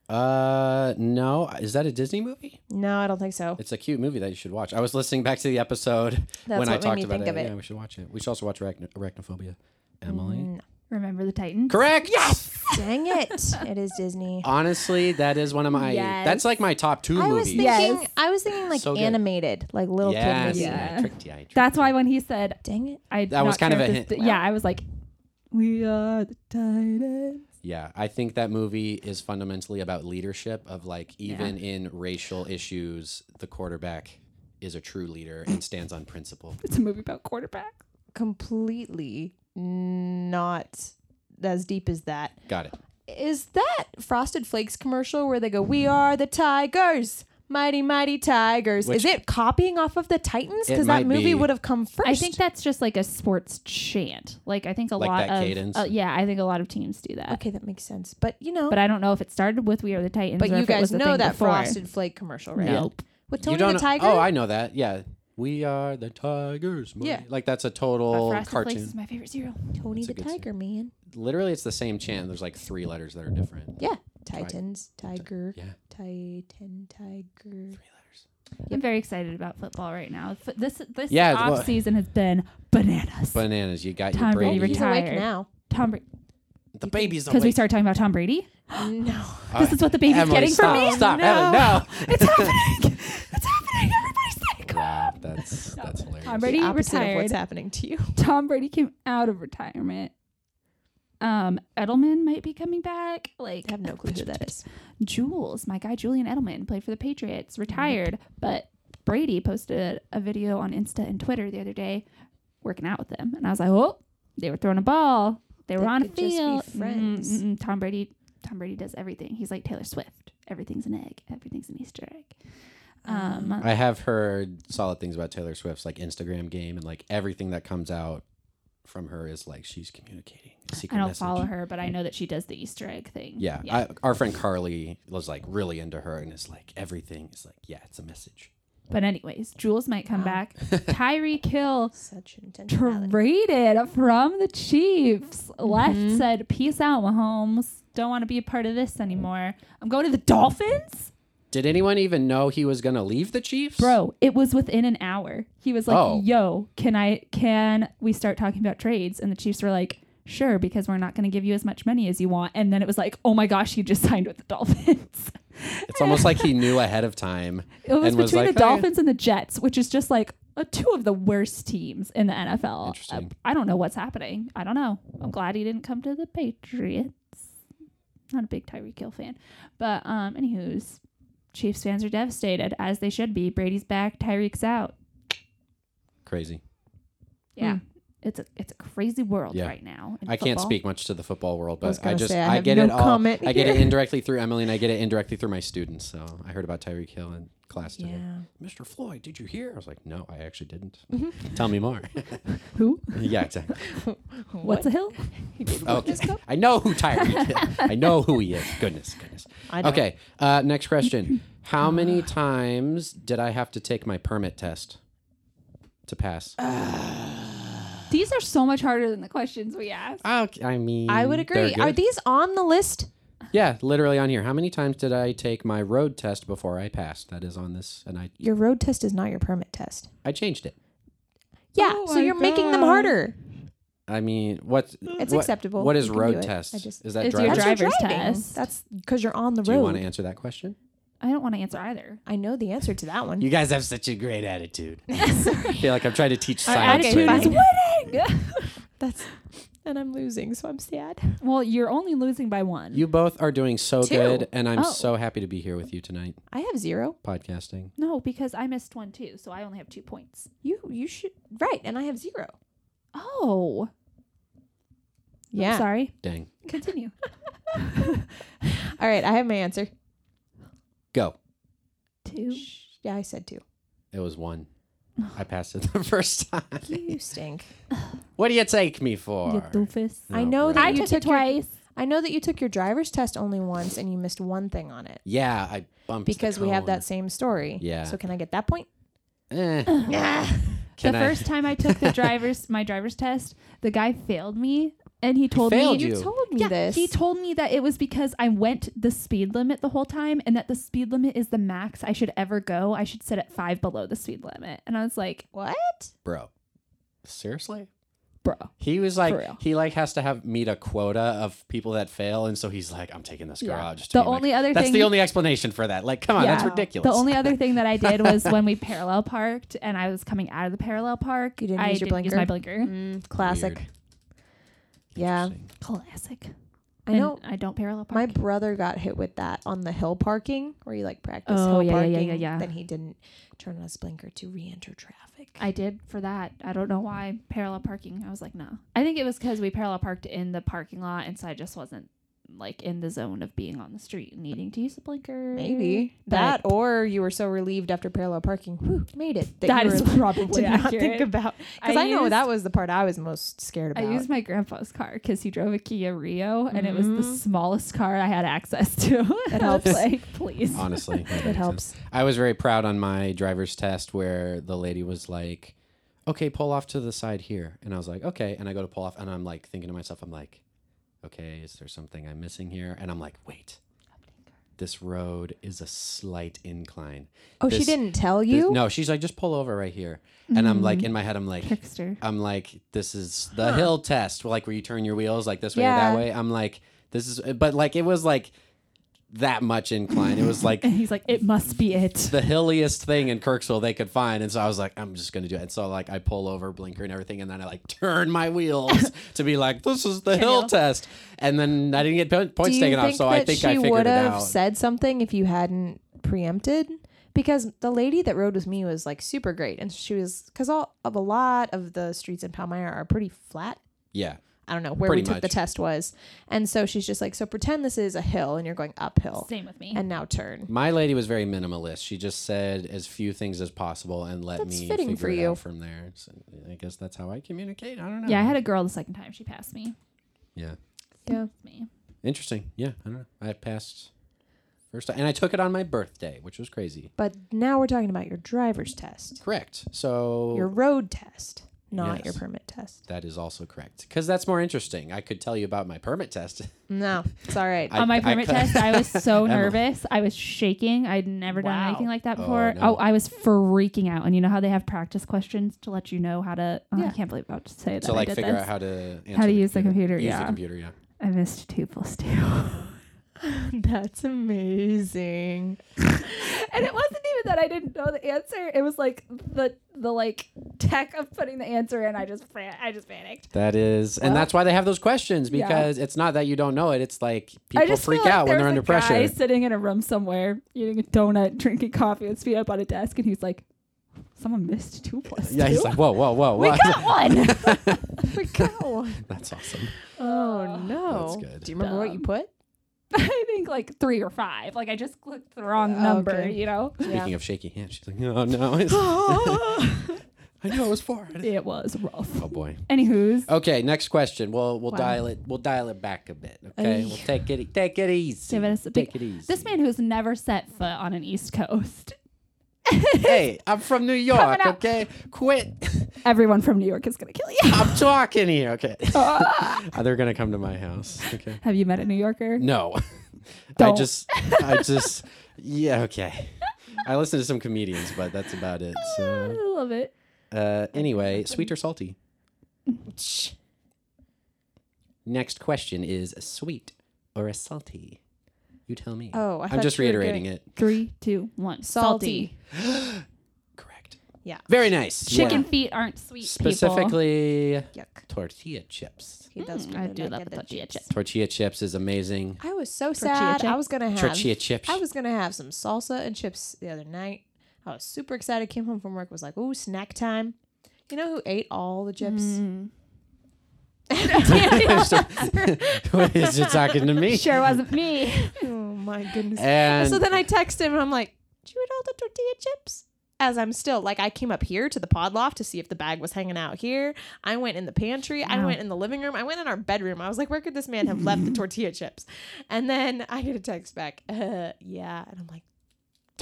Speaker 1: Uh, no. Is that a Disney movie?
Speaker 4: No, I don't think so.
Speaker 1: It's a cute movie that you should watch. I was listening back to the episode when
Speaker 4: That's what
Speaker 1: I
Speaker 4: made
Speaker 1: talked
Speaker 4: me
Speaker 1: about
Speaker 4: think
Speaker 1: it.
Speaker 4: of it.
Speaker 1: Yeah, we should watch it. We should also watch Arachno- Arachnophobia. Emily.
Speaker 4: Mm.
Speaker 5: Remember the Titan?
Speaker 1: Correct. Yes.
Speaker 4: [LAUGHS] Dang it. It is
Speaker 1: [LAUGHS]
Speaker 4: Disney.
Speaker 1: Honestly, that is one of my.
Speaker 5: Yes.
Speaker 1: That's like my top two
Speaker 4: I was
Speaker 1: movies.
Speaker 4: thinking I was thinking like
Speaker 1: So good.
Speaker 4: animated, like little kid
Speaker 1: yes.
Speaker 4: movie.
Speaker 1: Yeah. I tricked you. I tricked
Speaker 5: That's why when he said,
Speaker 4: Dang it.
Speaker 5: I
Speaker 1: That was kind of a hint.
Speaker 5: Yeah, I was like, we are the Titans.
Speaker 1: you. yeah. I think that movie is fundamentally about leadership. Of like, even in racial issues, the quarterback is a true leader and stands on principle.
Speaker 5: It's a movie about quarterback.
Speaker 4: Completely not as deep as that.
Speaker 1: Got it.
Speaker 4: is that Frosted Flakes commercial where they go, "We are the Tigers, mighty mighty Tigers"?
Speaker 1: Which-
Speaker 4: is it copying off of the Titans?
Speaker 1: It
Speaker 4: Because
Speaker 1: might
Speaker 4: that movie
Speaker 1: be.
Speaker 4: would have come first.
Speaker 5: I think that's just like a sports chant. Like I think a
Speaker 1: Like
Speaker 5: lot
Speaker 1: that
Speaker 5: of
Speaker 1: cadence?
Speaker 5: uh, yeah, I think a lot of teams do that.
Speaker 4: okay, that makes sense. But you know,
Speaker 5: uh, But
Speaker 4: but,
Speaker 5: I don't know if it started with "We Are the Titans." or
Speaker 4: you
Speaker 5: if it was
Speaker 4: guys
Speaker 5: the
Speaker 4: know
Speaker 5: thing
Speaker 4: that
Speaker 5: before.
Speaker 4: Frosted Flake commercial, right?
Speaker 5: Nope.
Speaker 4: With
Speaker 1: You
Speaker 4: Tony
Speaker 1: don't
Speaker 4: the
Speaker 1: know-
Speaker 4: Tiger.
Speaker 1: Oh, I know that. Yeah. We are the Tigers. Mighty-
Speaker 4: Yeah.
Speaker 1: Like that's a
Speaker 5: But
Speaker 1: total
Speaker 5: Frosted
Speaker 1: cartoon.
Speaker 5: Flakes is my favorite cereal.
Speaker 4: Tony
Speaker 1: That's a
Speaker 4: the
Speaker 1: good
Speaker 4: Tiger, man.
Speaker 1: Literally, it's the same chant. There's like three letters that are different.
Speaker 4: Yeah, Titans, Tiger,
Speaker 1: Yeah.
Speaker 4: Titan, Tiger.
Speaker 1: Three letters.
Speaker 5: I'm very excited about football right now. F- This this
Speaker 1: Yeah, it's
Speaker 5: off
Speaker 1: what-
Speaker 5: season has been bananas.
Speaker 1: Bananas, you got
Speaker 5: Tom
Speaker 1: your
Speaker 5: Brady
Speaker 1: Brady.
Speaker 5: retired.
Speaker 4: Oh, He's awake
Speaker 5: [GASPS]
Speaker 4: now.
Speaker 5: Tom Brady,
Speaker 1: The baby's
Speaker 5: because
Speaker 1: awake.
Speaker 5: we started talking about Tom Brady.
Speaker 4: No. [GASPS]
Speaker 5: this is what the baby's
Speaker 1: Emily,
Speaker 5: getting
Speaker 1: stop,
Speaker 5: from me.
Speaker 1: Stop, Emily, no.
Speaker 5: [LAUGHS] It's happening. It's happening. Everybody stay
Speaker 1: Wow, that's that's hilarious.
Speaker 5: Tom Brady
Speaker 4: opposite of what's
Speaker 5: retired.
Speaker 4: happening to you.
Speaker 5: Tom Brady came out of retirement. Um, Edelman might be coming back. Like
Speaker 4: I have no clue who that is.
Speaker 5: Jules, my guy Julian Edelman played for the Patriots, retired, but Brady posted a video on Insta and Twitter the other day working out with them. And I was like, "Oh, they were throwing a ball. They were
Speaker 4: They
Speaker 5: on a
Speaker 4: could just be
Speaker 5: field."
Speaker 4: friends.
Speaker 5: Mm, mm, mm. Tom Brady Tom Brady does everything. He's like Taylor Swift. Everything's an egg. Everything's an Easter egg. Um,
Speaker 1: I have heard solid things about Taylor Swift's like Instagram game and like everything that comes out from her is like she's communicating. a Secret
Speaker 5: I don't
Speaker 1: message.
Speaker 5: follow her, but I know that she does the Easter egg thing.
Speaker 1: Yeah, I, our friend Carly was like really into her, and it's like everything is like, yeah, it's a message.
Speaker 5: But anyways, Jules might
Speaker 1: [LAUGHS]
Speaker 5: come back. Tyree Kill
Speaker 4: Such intentionality.
Speaker 5: traded from the Chiefs. Left said, "Peace out, Mahomes. Don't want to be a part of this anymore. I'm going to the Dolphins."
Speaker 1: Did anyone even know he was gonna leave the Chiefs,
Speaker 5: Bro, it was within an hour. He was like,
Speaker 1: Oh.
Speaker 5: "Yo, can I? Can we start talking about trades?" And the Chiefs were like. Sure, because we're not going to give you as much money as you want. And then it was like, oh my gosh, he just [LAUGHS] signed with the Dolphins.
Speaker 1: It's almost like he knew ahead of time.
Speaker 5: It was
Speaker 1: and
Speaker 5: between
Speaker 1: was like,
Speaker 5: the
Speaker 1: "Oh, yeah."
Speaker 5: Dolphins and the Jets, which is just like uh, two of the worst teams in the NFL.
Speaker 1: Interesting.
Speaker 5: Uh, I don't know what's happening. I don't know. I'm glad he didn't come to the Patriots. Not a big Tyreek Hill fan, but um, anywho's Chiefs fans are devastated as they should be. Brady's back, Tyreek's out.
Speaker 1: Crazy.
Speaker 5: Yeah, it's a it's a crazy world
Speaker 1: Yeah.
Speaker 5: right now. in
Speaker 1: I can't
Speaker 5: football.
Speaker 1: speak much to the football world,
Speaker 4: was
Speaker 1: but I,
Speaker 4: gonna
Speaker 1: just
Speaker 4: say, I
Speaker 1: I,
Speaker 4: have
Speaker 1: get
Speaker 4: no
Speaker 1: it all.
Speaker 4: comment
Speaker 1: I get it
Speaker 4: here.
Speaker 1: indirectly through Emily, and I get it indirectly through my students. So I heard about Tyreek Hill in class today.
Speaker 4: Yeah.
Speaker 1: Mr. Floyd, did you hear? I was like, no, I actually didn't. [LAUGHS]
Speaker 4: Mm-hmm.
Speaker 1: Tell me
Speaker 4: [LAUGHS]
Speaker 1: more.
Speaker 5: Who?
Speaker 1: [LAUGHS] yeah, exactly.
Speaker 5: What's a hill?
Speaker 1: Okay. I know who Tyreek
Speaker 4: [LAUGHS]
Speaker 1: is. I know who he is. Goodness, goodness.
Speaker 4: I don't.
Speaker 1: Okay. Uh, next
Speaker 4: [LAUGHS]
Speaker 1: question. How many times did I have to take my permit test to pass?
Speaker 5: These are so much harder than the questions we asked.
Speaker 1: Okay, I mean,
Speaker 4: I would
Speaker 1: Mm, they're
Speaker 4: agree. Are
Speaker 1: good.
Speaker 4: these on the list?
Speaker 1: Yeah, literally on here. How many times did I take my road test before I passed? That is on this, and I
Speaker 4: Your road test is not your permit test.
Speaker 1: I changed it.
Speaker 4: Yeah,
Speaker 5: Oh
Speaker 4: so
Speaker 5: my
Speaker 4: you're making them
Speaker 5: God.
Speaker 4: harder.
Speaker 1: I mean, what's it's
Speaker 4: acceptable.
Speaker 1: What is
Speaker 4: You can do
Speaker 1: road
Speaker 4: it.
Speaker 1: test?
Speaker 4: I just-
Speaker 1: is that
Speaker 5: It's your
Speaker 1: driving?
Speaker 4: That's your
Speaker 5: driver's
Speaker 4: driving.
Speaker 5: test.
Speaker 4: That's because you're on the
Speaker 1: Do you
Speaker 4: road.
Speaker 1: want to answer that question?
Speaker 5: I don't want to answer either.
Speaker 4: I know the answer to that one.
Speaker 1: You guys have such a great
Speaker 4: [LAUGHS]
Speaker 1: attitude. I feel like I'm trying to teach science.
Speaker 5: Attitude
Speaker 1: right
Speaker 5: is
Speaker 1: now.
Speaker 5: winning. [LAUGHS]
Speaker 4: That's and I'm losing, so I'm sad.
Speaker 5: well, you're only losing by
Speaker 4: [LAUGHS]
Speaker 5: one.
Speaker 1: You both are doing so
Speaker 4: Two.
Speaker 1: good, and I'm
Speaker 5: Oh.
Speaker 1: so happy to be here with you tonight,
Speaker 4: I have zero.
Speaker 1: podcasting.
Speaker 5: No, because I missed one too, so I only have two points.
Speaker 4: You you should right, and I have zero.
Speaker 5: Oh,
Speaker 4: Yeah.
Speaker 5: sorry.
Speaker 1: Dang,
Speaker 5: Continue.
Speaker 4: All right, I have my answer.
Speaker 1: go.
Speaker 5: [LAUGHS] two.
Speaker 4: Yeah, I said two.
Speaker 1: It was one. I passed it [LAUGHS] the first time.
Speaker 4: You [LAUGHS] stink.
Speaker 1: What do you take me for?
Speaker 5: doofus.
Speaker 1: Oh,
Speaker 4: I know that
Speaker 1: right.
Speaker 5: I
Speaker 4: you
Speaker 5: took it
Speaker 4: your-
Speaker 5: twice.
Speaker 4: I know that you took your driver's test only once, and you missed one thing on it
Speaker 1: Yeah, I bumped the
Speaker 4: because we have
Speaker 1: cone.
Speaker 4: that same story.
Speaker 1: Yeah.
Speaker 4: So can I get
Speaker 1: [LAUGHS]
Speaker 4: that point?
Speaker 1: Eh.
Speaker 5: The
Speaker 1: Can I-
Speaker 5: first time I took
Speaker 1: [LAUGHS]
Speaker 5: the driver's my driver's test, the guy failed me, and he told me
Speaker 1: failed
Speaker 4: You
Speaker 1: You.
Speaker 4: told me
Speaker 5: Yeah,
Speaker 4: this.
Speaker 5: he told me that it was because I went the speed limit the whole time, and that the speed limit is the max I should ever go. I should set at five below the speed limit, and I was like,
Speaker 4: what?
Speaker 1: bro. Seriously?
Speaker 5: bro.
Speaker 1: He was like
Speaker 5: real.
Speaker 1: he like has to have meet a quota of people that fail, and so he's like, I'm taking this
Speaker 5: Yeah.
Speaker 1: garage. to
Speaker 5: The
Speaker 1: be my-
Speaker 5: only other
Speaker 1: that's
Speaker 5: thing-
Speaker 1: the only explanation for that. Like, come on, that's
Speaker 5: Yeah.
Speaker 1: ridiculous.
Speaker 5: The only other thing that I did was when
Speaker 1: [LAUGHS]
Speaker 5: we parallel parked and I was coming out of the parallel park.
Speaker 4: You didn't
Speaker 5: I
Speaker 4: use your blinker?
Speaker 5: my blinker.
Speaker 4: Mm, Classic.
Speaker 1: Weird.
Speaker 4: Yeah.
Speaker 1: Interesting.
Speaker 5: Classic.
Speaker 4: Mm. I know.
Speaker 5: I don't parallel park.
Speaker 4: My brother got hit with that on the hill parking where you like practice
Speaker 5: Oh,
Speaker 4: hill
Speaker 5: yeah, yeah, yeah,
Speaker 4: parking.
Speaker 5: yeah, yeah.
Speaker 4: Then he didn't turn on his blinker to re enter traffic.
Speaker 5: I did for that. I don't know why parallel parking. I was like, no. I think it was because we parallel parked in the parking lot, and so I just wasn't like in the zone of being on the street and needing to use a blinker.
Speaker 4: Maybe.
Speaker 5: But
Speaker 4: that or you were so relieved after parallel parking. Whew, made it.
Speaker 5: That
Speaker 4: you
Speaker 5: is
Speaker 4: were-
Speaker 5: probably
Speaker 4: [LAUGHS] did not
Speaker 5: accurate.
Speaker 4: think about. Because
Speaker 5: I
Speaker 4: I, know that
Speaker 5: used-
Speaker 4: was the part I was most scared
Speaker 5: I
Speaker 4: about.
Speaker 5: used my grandpa's car because he drove a Kia Rio, and it was the smallest car I had access to. [LAUGHS] That helps.
Speaker 4: Mm-hmm. helps.
Speaker 5: like, please. [LAUGHS]
Speaker 1: Honestly, that makes sense.
Speaker 4: helps.
Speaker 1: I was very proud on my driver's test where the lady was like, "Okay, pull off to the side here," and I was like, "Okay," and I go to pull off, and I'm like thinking to myself, I'm like, "Okay, is there something I'm missing here?" And I'm like, "Wait, this road is a slight incline.
Speaker 4: Oh, she
Speaker 1: This-
Speaker 4: didn't tell
Speaker 1: this-
Speaker 4: you?
Speaker 1: no, she's like, just pull over right here. And I'm like, in my head, I'm like,
Speaker 4: Mm-hmm.
Speaker 5: Trickster.
Speaker 1: I'm like, this is the hill test, like where you turn your wheels like this way or
Speaker 4: Yeah.
Speaker 1: that way. I'm like, this is, but like it was like that much incline. It was
Speaker 4: [LAUGHS]
Speaker 1: like
Speaker 5: And he's like, it must be it.
Speaker 1: the hilliest thing in Kirksville they could find. And so I was like, I'm just going to do it. And so like I pull over, blinker and everything. And then I like turn my
Speaker 4: [LAUGHS]
Speaker 1: wheels to be like, this is the hill
Speaker 5: Hill.
Speaker 1: test. And then I didn't get po-
Speaker 4: Do
Speaker 1: points
Speaker 4: you
Speaker 1: taken
Speaker 4: think
Speaker 1: off. So
Speaker 4: that
Speaker 1: I think
Speaker 4: she
Speaker 1: I figured
Speaker 4: would
Speaker 1: it
Speaker 4: have
Speaker 1: out.
Speaker 4: said something if you hadn't preempted? Because the lady that rode with me was like super great, and she was because all of a lot of the streets in Palmyra are pretty flat.
Speaker 1: yeah.
Speaker 4: I don't know where
Speaker 1: Pretty
Speaker 4: we took the
Speaker 1: much.
Speaker 4: test was, and so she's just like, so pretend this is a hill and you're going uphill,
Speaker 5: Same with me.
Speaker 4: and now turn.
Speaker 1: My lady was very minimalist. She just said as few things as possible and let
Speaker 4: That's
Speaker 1: me
Speaker 4: fitting
Speaker 1: figure
Speaker 4: for
Speaker 1: it
Speaker 4: you.
Speaker 1: out from there. So I guess that's how I communicate. I don't know.
Speaker 5: yeah, I had a girl the second time. She passed me.
Speaker 1: yeah.
Speaker 4: Yeah,
Speaker 5: Me.
Speaker 1: Interesting. Yeah, I don't know. I passed first time, and I took it on my birthday, which was crazy.
Speaker 4: but now we're talking about your driver's test,
Speaker 1: Correct. So
Speaker 4: your road test, not
Speaker 1: Yes.
Speaker 4: your permit test.
Speaker 1: that is also correct because that's more interesting. I could tell you about my permit test. [LAUGHS]
Speaker 4: No, it's all right.
Speaker 1: I-
Speaker 5: on my permit
Speaker 1: cut-
Speaker 5: test, I was
Speaker 1: [LAUGHS]
Speaker 5: so
Speaker 1: Emily.
Speaker 5: nervous. I was shaking. I'd never done
Speaker 4: Wow.
Speaker 5: anything like that
Speaker 1: Oh,
Speaker 5: before.
Speaker 1: no.
Speaker 5: Oh, I was freaking out. And you know how they have practice questions to let you know how to. oh, I
Speaker 4: Yeah.
Speaker 5: can't believe I'm about to say that.
Speaker 1: to like
Speaker 5: I did
Speaker 1: figure
Speaker 5: this.
Speaker 1: out how to answer
Speaker 5: to use the computer,
Speaker 1: Use the
Speaker 5: yeah.
Speaker 1: computer. Yeah.
Speaker 5: I missed two plus two,
Speaker 4: [LAUGHS]
Speaker 5: [LAUGHS]
Speaker 4: That's amazing.
Speaker 5: and it wasn't even that I didn't know the answer. It was like the the like tech of putting the answer in. I just I just panicked.
Speaker 1: That is, and that's why they have those questions
Speaker 5: Yeah.
Speaker 1: because it's not that you don't know it. It's like people freak out when they're under pressure.
Speaker 5: [LAUGHS] Guy sitting in a room somewhere eating a donut, [LAUGHS] drinking coffee, with his feet up on a desk, and he's like, "Someone missed two plus
Speaker 1: yeah,
Speaker 5: two.
Speaker 1: he's like, whoa, whoa, whoa,
Speaker 5: we
Speaker 1: whoa.
Speaker 5: got
Speaker 1: [LAUGHS]
Speaker 5: one.
Speaker 4: We got one.
Speaker 1: that's
Speaker 5: [LAUGHS]
Speaker 1: awesome.
Speaker 4: [LAUGHS] Oh
Speaker 1: that's
Speaker 4: no!
Speaker 1: good.
Speaker 4: Do you remember what you
Speaker 5: Dumb.
Speaker 4: put?
Speaker 5: [LAUGHS] I think like three or five. Like I just clicked the wrong
Speaker 4: Oh,
Speaker 5: number.
Speaker 4: okay.
Speaker 5: You know,
Speaker 1: Speaking of shaky hands, she's like, oh
Speaker 5: [LAUGHS]
Speaker 1: no, it's-
Speaker 4: Oh,
Speaker 1: I knew it was Oh. four. I didn't-
Speaker 5: it was rough.
Speaker 1: Oh boy.
Speaker 5: Anywho's,
Speaker 1: Okay, next question. We'll we'll
Speaker 4: Wow.
Speaker 1: dial it we'll dial it back a bit. Okay,
Speaker 4: Ay.
Speaker 1: we'll take it take it easy.
Speaker 5: give us a big.
Speaker 1: take it easy.
Speaker 5: This man who's never set foot on an East Coast.
Speaker 1: Hey, I'm from New York.
Speaker 5: up.
Speaker 1: Okay, quit. [LAUGHS]
Speaker 5: Everyone from New York is gonna kill you.
Speaker 1: I'm talking here. Okay, [LAUGHS] they're gonna come to my house. Okay.
Speaker 5: Have you met a New Yorker?
Speaker 1: No, [LAUGHS] I
Speaker 5: Don't.
Speaker 1: just I just yeah. Okay, I listen to some comedians, but that's about it.
Speaker 5: [LAUGHS] I
Speaker 1: So
Speaker 5: love it.
Speaker 1: uh, anyway, sweet or salty? Next question is a sweet or a salty? You tell me.
Speaker 4: Oh, I
Speaker 1: I'm
Speaker 4: thought
Speaker 1: just
Speaker 4: you were
Speaker 1: reiterating
Speaker 4: doing-
Speaker 1: it.
Speaker 5: Three, two, one.
Speaker 4: Salty.
Speaker 1: Correct.
Speaker 4: Yeah.
Speaker 1: Very nice.
Speaker 5: Chicken
Speaker 1: Yeah.
Speaker 5: feet aren't sweet. People.
Speaker 1: Specifically,
Speaker 4: Yuck.
Speaker 1: tortilla chips.
Speaker 4: He does.
Speaker 5: Mm, [LAUGHS]
Speaker 4: really
Speaker 5: I do
Speaker 4: not
Speaker 5: love
Speaker 4: get
Speaker 5: the tortilla chip.
Speaker 1: Tortilla chips is amazing.
Speaker 4: I was so sad.
Speaker 5: chip.
Speaker 4: I was gonna have.
Speaker 1: Tortilla chips. [LAUGHS]
Speaker 4: I was gonna have some salsa and chips the other night. I was super excited. Came home from work. Was like, ooh, snack time. You know who ate all the chips?
Speaker 5: Mm.
Speaker 1: [LAUGHS] Is it talking to me?
Speaker 5: Sure wasn't me.
Speaker 4: Oh my goodness.
Speaker 1: And
Speaker 4: so then I text him and I'm like, did you eat all the tortilla chips? As I'm still like, I came up here to the pod loft to see if the bag was hanging out here. I went in the pantry. I
Speaker 5: Wow.
Speaker 4: went in the living room. I went in our bedroom. I was like, where could this man have left the tortilla chips? And then I get a text back, uh, yeah. And I'm like,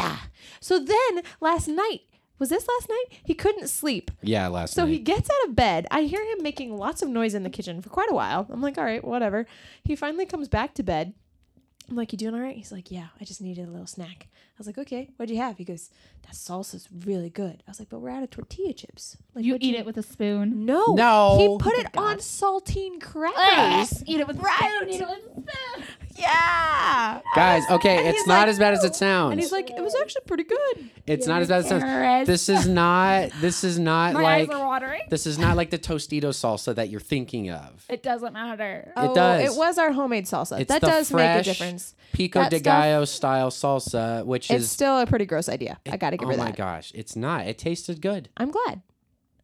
Speaker 4: ah. So then last night, was this last night? He couldn't sleep.
Speaker 1: yeah, last
Speaker 4: So
Speaker 1: night.
Speaker 4: he gets out of bed. I hear him making lots of noise in the kitchen for quite a while. I'm like, all right, whatever. He finally comes back to bed. I'm like, you doing all right? He's like, yeah, I just needed a little snack. I was like, okay, what'd you have? He goes, that salsa's really good. I was like, but we're out of tortilla chips. Like,
Speaker 5: You
Speaker 4: "What'd
Speaker 5: eat it with a spoon.
Speaker 4: No,
Speaker 1: No. Oh
Speaker 4: He put it on saltine crackers.
Speaker 5: [LAUGHS] Eat it with
Speaker 4: Right.
Speaker 5: spoon. Eat it with spoon.
Speaker 4: yeah, [LAUGHS]
Speaker 1: Guys, okay,
Speaker 4: And
Speaker 1: it's
Speaker 4: he's
Speaker 1: not
Speaker 4: like-
Speaker 1: as bad as it sounds.
Speaker 4: And he's like, it was actually pretty good.
Speaker 1: it's not as bad as it sounds.
Speaker 5: terrorist.
Speaker 1: This is not. This is
Speaker 4: [LAUGHS]
Speaker 1: not
Speaker 5: My
Speaker 1: like.
Speaker 5: eyes are watering.
Speaker 1: This is not like the Tostito salsa that you're thinking of.
Speaker 5: It doesn't matter.
Speaker 1: It does.
Speaker 4: Oh, It was our homemade salsa.
Speaker 1: It's
Speaker 4: that
Speaker 1: the
Speaker 4: does make
Speaker 1: fresh
Speaker 4: a difference.
Speaker 1: Pico
Speaker 4: That
Speaker 1: de
Speaker 4: stuff-
Speaker 1: Gallo style salsa, which
Speaker 4: It's
Speaker 1: is
Speaker 4: still a pretty gross idea. I got to get
Speaker 1: oh
Speaker 4: rid of
Speaker 1: my
Speaker 4: that.
Speaker 1: gosh, it's not. It tasted good.
Speaker 4: I'm glad.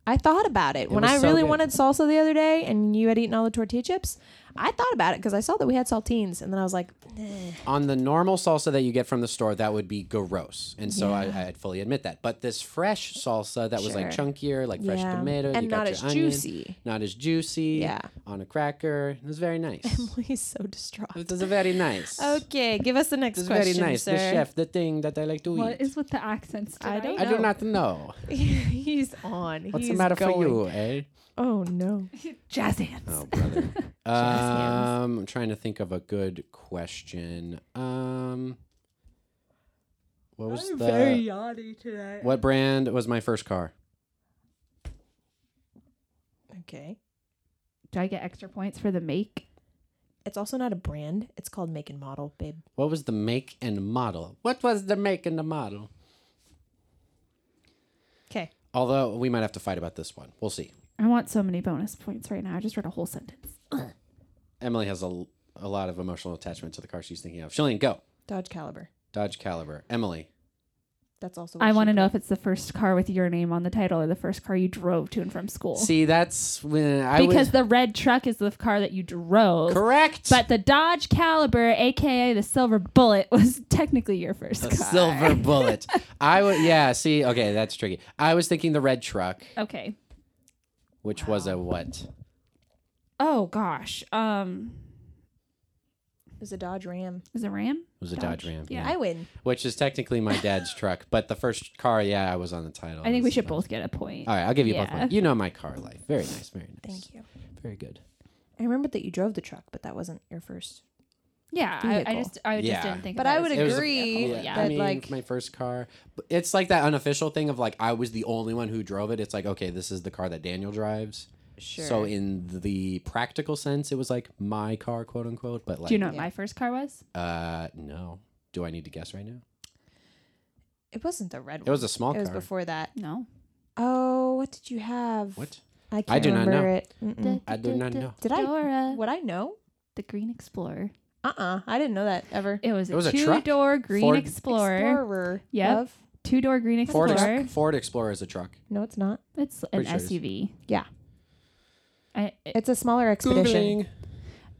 Speaker 4: I thought about it, when
Speaker 1: was
Speaker 4: I
Speaker 1: so
Speaker 4: really
Speaker 1: good.
Speaker 4: wanted salsa the other day, and you had eaten all the tortilla chips. I thought about it because I saw that we had saltines, and then I was like, [LAUGHS] "Nah."
Speaker 1: On the normal salsa that you get from the store, that would be gross, and so I, I fully admit that. But this fresh salsa that was like
Speaker 4: Sure.
Speaker 1: chunkier, like fresh
Speaker 4: Yeah.
Speaker 1: tomato,
Speaker 4: And
Speaker 1: you got
Speaker 4: not
Speaker 1: your
Speaker 4: as
Speaker 1: onion,
Speaker 4: juicy.
Speaker 1: not as juicy.
Speaker 4: Yeah.
Speaker 1: on a cracker, it was very
Speaker 4: [LAUGHS]
Speaker 1: nice.
Speaker 4: he's so distraught.
Speaker 1: it was very nice.
Speaker 4: Okay, give us the Oh, next
Speaker 1: It was
Speaker 4: question,
Speaker 1: very nice.
Speaker 4: sir.
Speaker 1: The chef, the thing that I like to
Speaker 5: what
Speaker 1: eat.
Speaker 5: is with the accents?
Speaker 4: I
Speaker 5: tonight?
Speaker 4: don't
Speaker 1: I do
Speaker 4: No.
Speaker 1: not know.
Speaker 4: [LAUGHS] he's on.
Speaker 1: What's the
Speaker 4: He's
Speaker 1: matter for
Speaker 4: going.
Speaker 1: you, eh?
Speaker 4: Oh no.
Speaker 5: [LAUGHS] Jazz hands.
Speaker 1: Oh, brother. um, I'm trying to think of a good question. Um, was
Speaker 6: I'm
Speaker 1: the
Speaker 6: very yawny today.
Speaker 1: what brand was my first car?
Speaker 4: Okay.
Speaker 5: Do I get extra points for the make?
Speaker 4: It's also not a brand. It's called Make and Model, babe.
Speaker 1: What was the make and model? What was the make and the model?
Speaker 4: Okay.
Speaker 1: Although we might have to fight about this one. We'll see.
Speaker 5: I want so many bonus points right now. I just read a whole sentence.
Speaker 1: Emily has a, a lot of emotional attachment to the car she's thinking of. Shillian, go.
Speaker 4: Dodge Caliber.
Speaker 1: Dodge Caliber. Emily.
Speaker 4: That's also.
Speaker 5: I want to know if it's the first car with your name on the title or the first car you drove to and from school.
Speaker 1: See, that's when I
Speaker 5: because
Speaker 1: was
Speaker 5: the red truck is the car that you drove.
Speaker 1: correct.
Speaker 5: But the Dodge Caliber, aka the Silver Bullet, [LAUGHS] was technically your first
Speaker 1: a
Speaker 5: car.
Speaker 1: silver bullet. I would. Yeah. See. Okay, that's tricky. I was thinking the red truck,
Speaker 5: Okay.
Speaker 1: which was a what?
Speaker 5: Oh gosh. Um,
Speaker 4: Is a Dodge Ram.
Speaker 5: is it Ram?
Speaker 1: It was a Dodge,
Speaker 5: Dodge.
Speaker 1: Ram.
Speaker 5: Yeah.
Speaker 4: I win.
Speaker 1: Which is technically my dad's truck, but the first car. Yeah, I was on the title.
Speaker 5: I think we
Speaker 1: Oh, That's Uh,
Speaker 5: should
Speaker 1: fine.
Speaker 5: both get a point.
Speaker 1: All right, I'll give you both
Speaker 5: Yeah.
Speaker 1: one. You know my car life. Very nice. Very nice.
Speaker 4: Thank you.
Speaker 1: Very good.
Speaker 4: I remembered that you drove the truck, but that wasn't your first.
Speaker 5: Yeah, I, I
Speaker 4: Vehicle.
Speaker 5: just I
Speaker 1: Yeah.
Speaker 5: just didn't think.
Speaker 4: But
Speaker 5: of it
Speaker 4: I
Speaker 5: as
Speaker 4: would
Speaker 5: a vehicle.
Speaker 4: agree
Speaker 5: Yeah.
Speaker 4: Oh, that
Speaker 1: I mean,
Speaker 4: like
Speaker 1: my first car. But It's like that unofficial thing of like I was the only one who drove it. It's like okay, this is the car that Daniel drives.
Speaker 4: sure.
Speaker 1: So in the practical sense, it was like my car, quote unquote. But like,
Speaker 5: Do you know what
Speaker 4: Yeah.
Speaker 5: my first car was?
Speaker 1: Uh, no. Do I need to guess right now?
Speaker 4: it wasn't the red one.
Speaker 1: It was a small
Speaker 4: It was
Speaker 1: car.
Speaker 4: before that.
Speaker 5: No.
Speaker 4: Oh, what did you have?
Speaker 1: What?
Speaker 4: I can't
Speaker 1: do not
Speaker 4: remember
Speaker 1: know.
Speaker 4: it. Mm-mm.
Speaker 1: Mm, I do not know.
Speaker 4: Did I-
Speaker 5: Dora,
Speaker 4: Would I know?
Speaker 5: the Green Explorer.
Speaker 4: Uh uh I didn't know that ever.
Speaker 5: It was a,
Speaker 1: It was a truck?
Speaker 5: two-door Green
Speaker 1: Ford-
Speaker 5: Explorer.
Speaker 4: Explorer.
Speaker 5: Yep.
Speaker 4: of-
Speaker 5: Two-door Green
Speaker 1: Ford,
Speaker 5: Explorer.
Speaker 1: Ex- Ford Explorer is a truck.
Speaker 4: No, it's not.
Speaker 5: It's an
Speaker 1: Pretty sure it is.
Speaker 5: SUV.
Speaker 4: Yeah.
Speaker 5: I, it-
Speaker 4: It's a smaller expedition.
Speaker 1: Googling.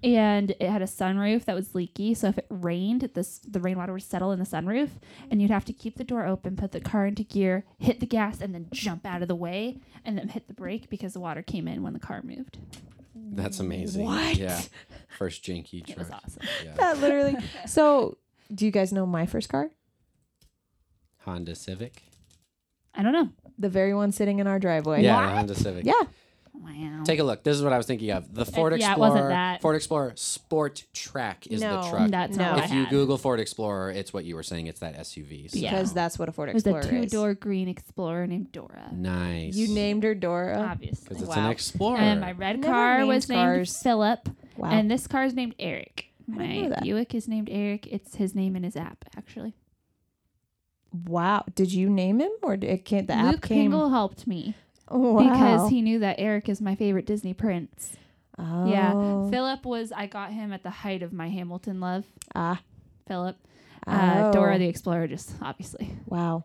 Speaker 5: and it had a sunroof that was leaky, so if it rained, this the rainwater would settle in the sunroof, and you'd have to keep the door open, put the car into gear, hit the gas, and then jump out of the way, and then hit the brake because the water came in when the car moved.
Speaker 1: That's amazing.
Speaker 4: What?
Speaker 1: Yeah. First janky
Speaker 5: It was
Speaker 1: truck.
Speaker 5: awesome.
Speaker 1: Yeah.
Speaker 4: [LAUGHS] That literally. so, do you guys know my first car?
Speaker 1: Honda Civic.
Speaker 5: I don't know.
Speaker 4: The very one sitting in our driveway.
Speaker 1: Yeah, the Honda Civic.
Speaker 4: Yeah.
Speaker 5: Wow.
Speaker 1: Take a look. This is what I was thinking of. The Ford
Speaker 5: Uh, yeah, it
Speaker 1: Explorer.
Speaker 5: wasn't that.
Speaker 1: Ford Explorer Sport Track is the
Speaker 4: No.
Speaker 1: truck.
Speaker 5: That's
Speaker 4: No.
Speaker 5: not what
Speaker 1: if
Speaker 5: I
Speaker 1: you
Speaker 5: had.
Speaker 1: Google Ford Explorer, it's what you were saying. It's that SUV. So.
Speaker 5: Yeah.
Speaker 4: Because that's what a Ford
Speaker 5: it was
Speaker 4: Explorer
Speaker 5: a
Speaker 4: is.
Speaker 5: two-door Green Explorer named Dora.
Speaker 1: Nice.
Speaker 4: You named her
Speaker 5: Uh,
Speaker 4: Dora.
Speaker 1: because
Speaker 5: Obviously.
Speaker 1: it's an
Speaker 4: Wow.
Speaker 1: Explorer.
Speaker 5: And Um, my red
Speaker 4: Never
Speaker 5: car
Speaker 4: named
Speaker 5: was named
Speaker 4: cars.
Speaker 5: Philip.
Speaker 4: Wow.
Speaker 5: And this car is named Eric.
Speaker 4: didn't
Speaker 5: My
Speaker 4: know that.
Speaker 5: Buick is named Eric. It's his name in his app, actually.
Speaker 4: wow. Did you name him, or did it can't the
Speaker 5: Luke
Speaker 4: app came?
Speaker 5: Pingle helped me
Speaker 4: [LAUGHS] Wow.
Speaker 5: because he knew that Eric is my favorite Disney prince.
Speaker 4: Oh.
Speaker 5: Yeah. Philip was, I got him at the height of my Hamilton love.
Speaker 4: ah.
Speaker 5: Philip. Uh,
Speaker 4: Oh.
Speaker 5: Dora the Explorer, just obviously.
Speaker 4: Wow.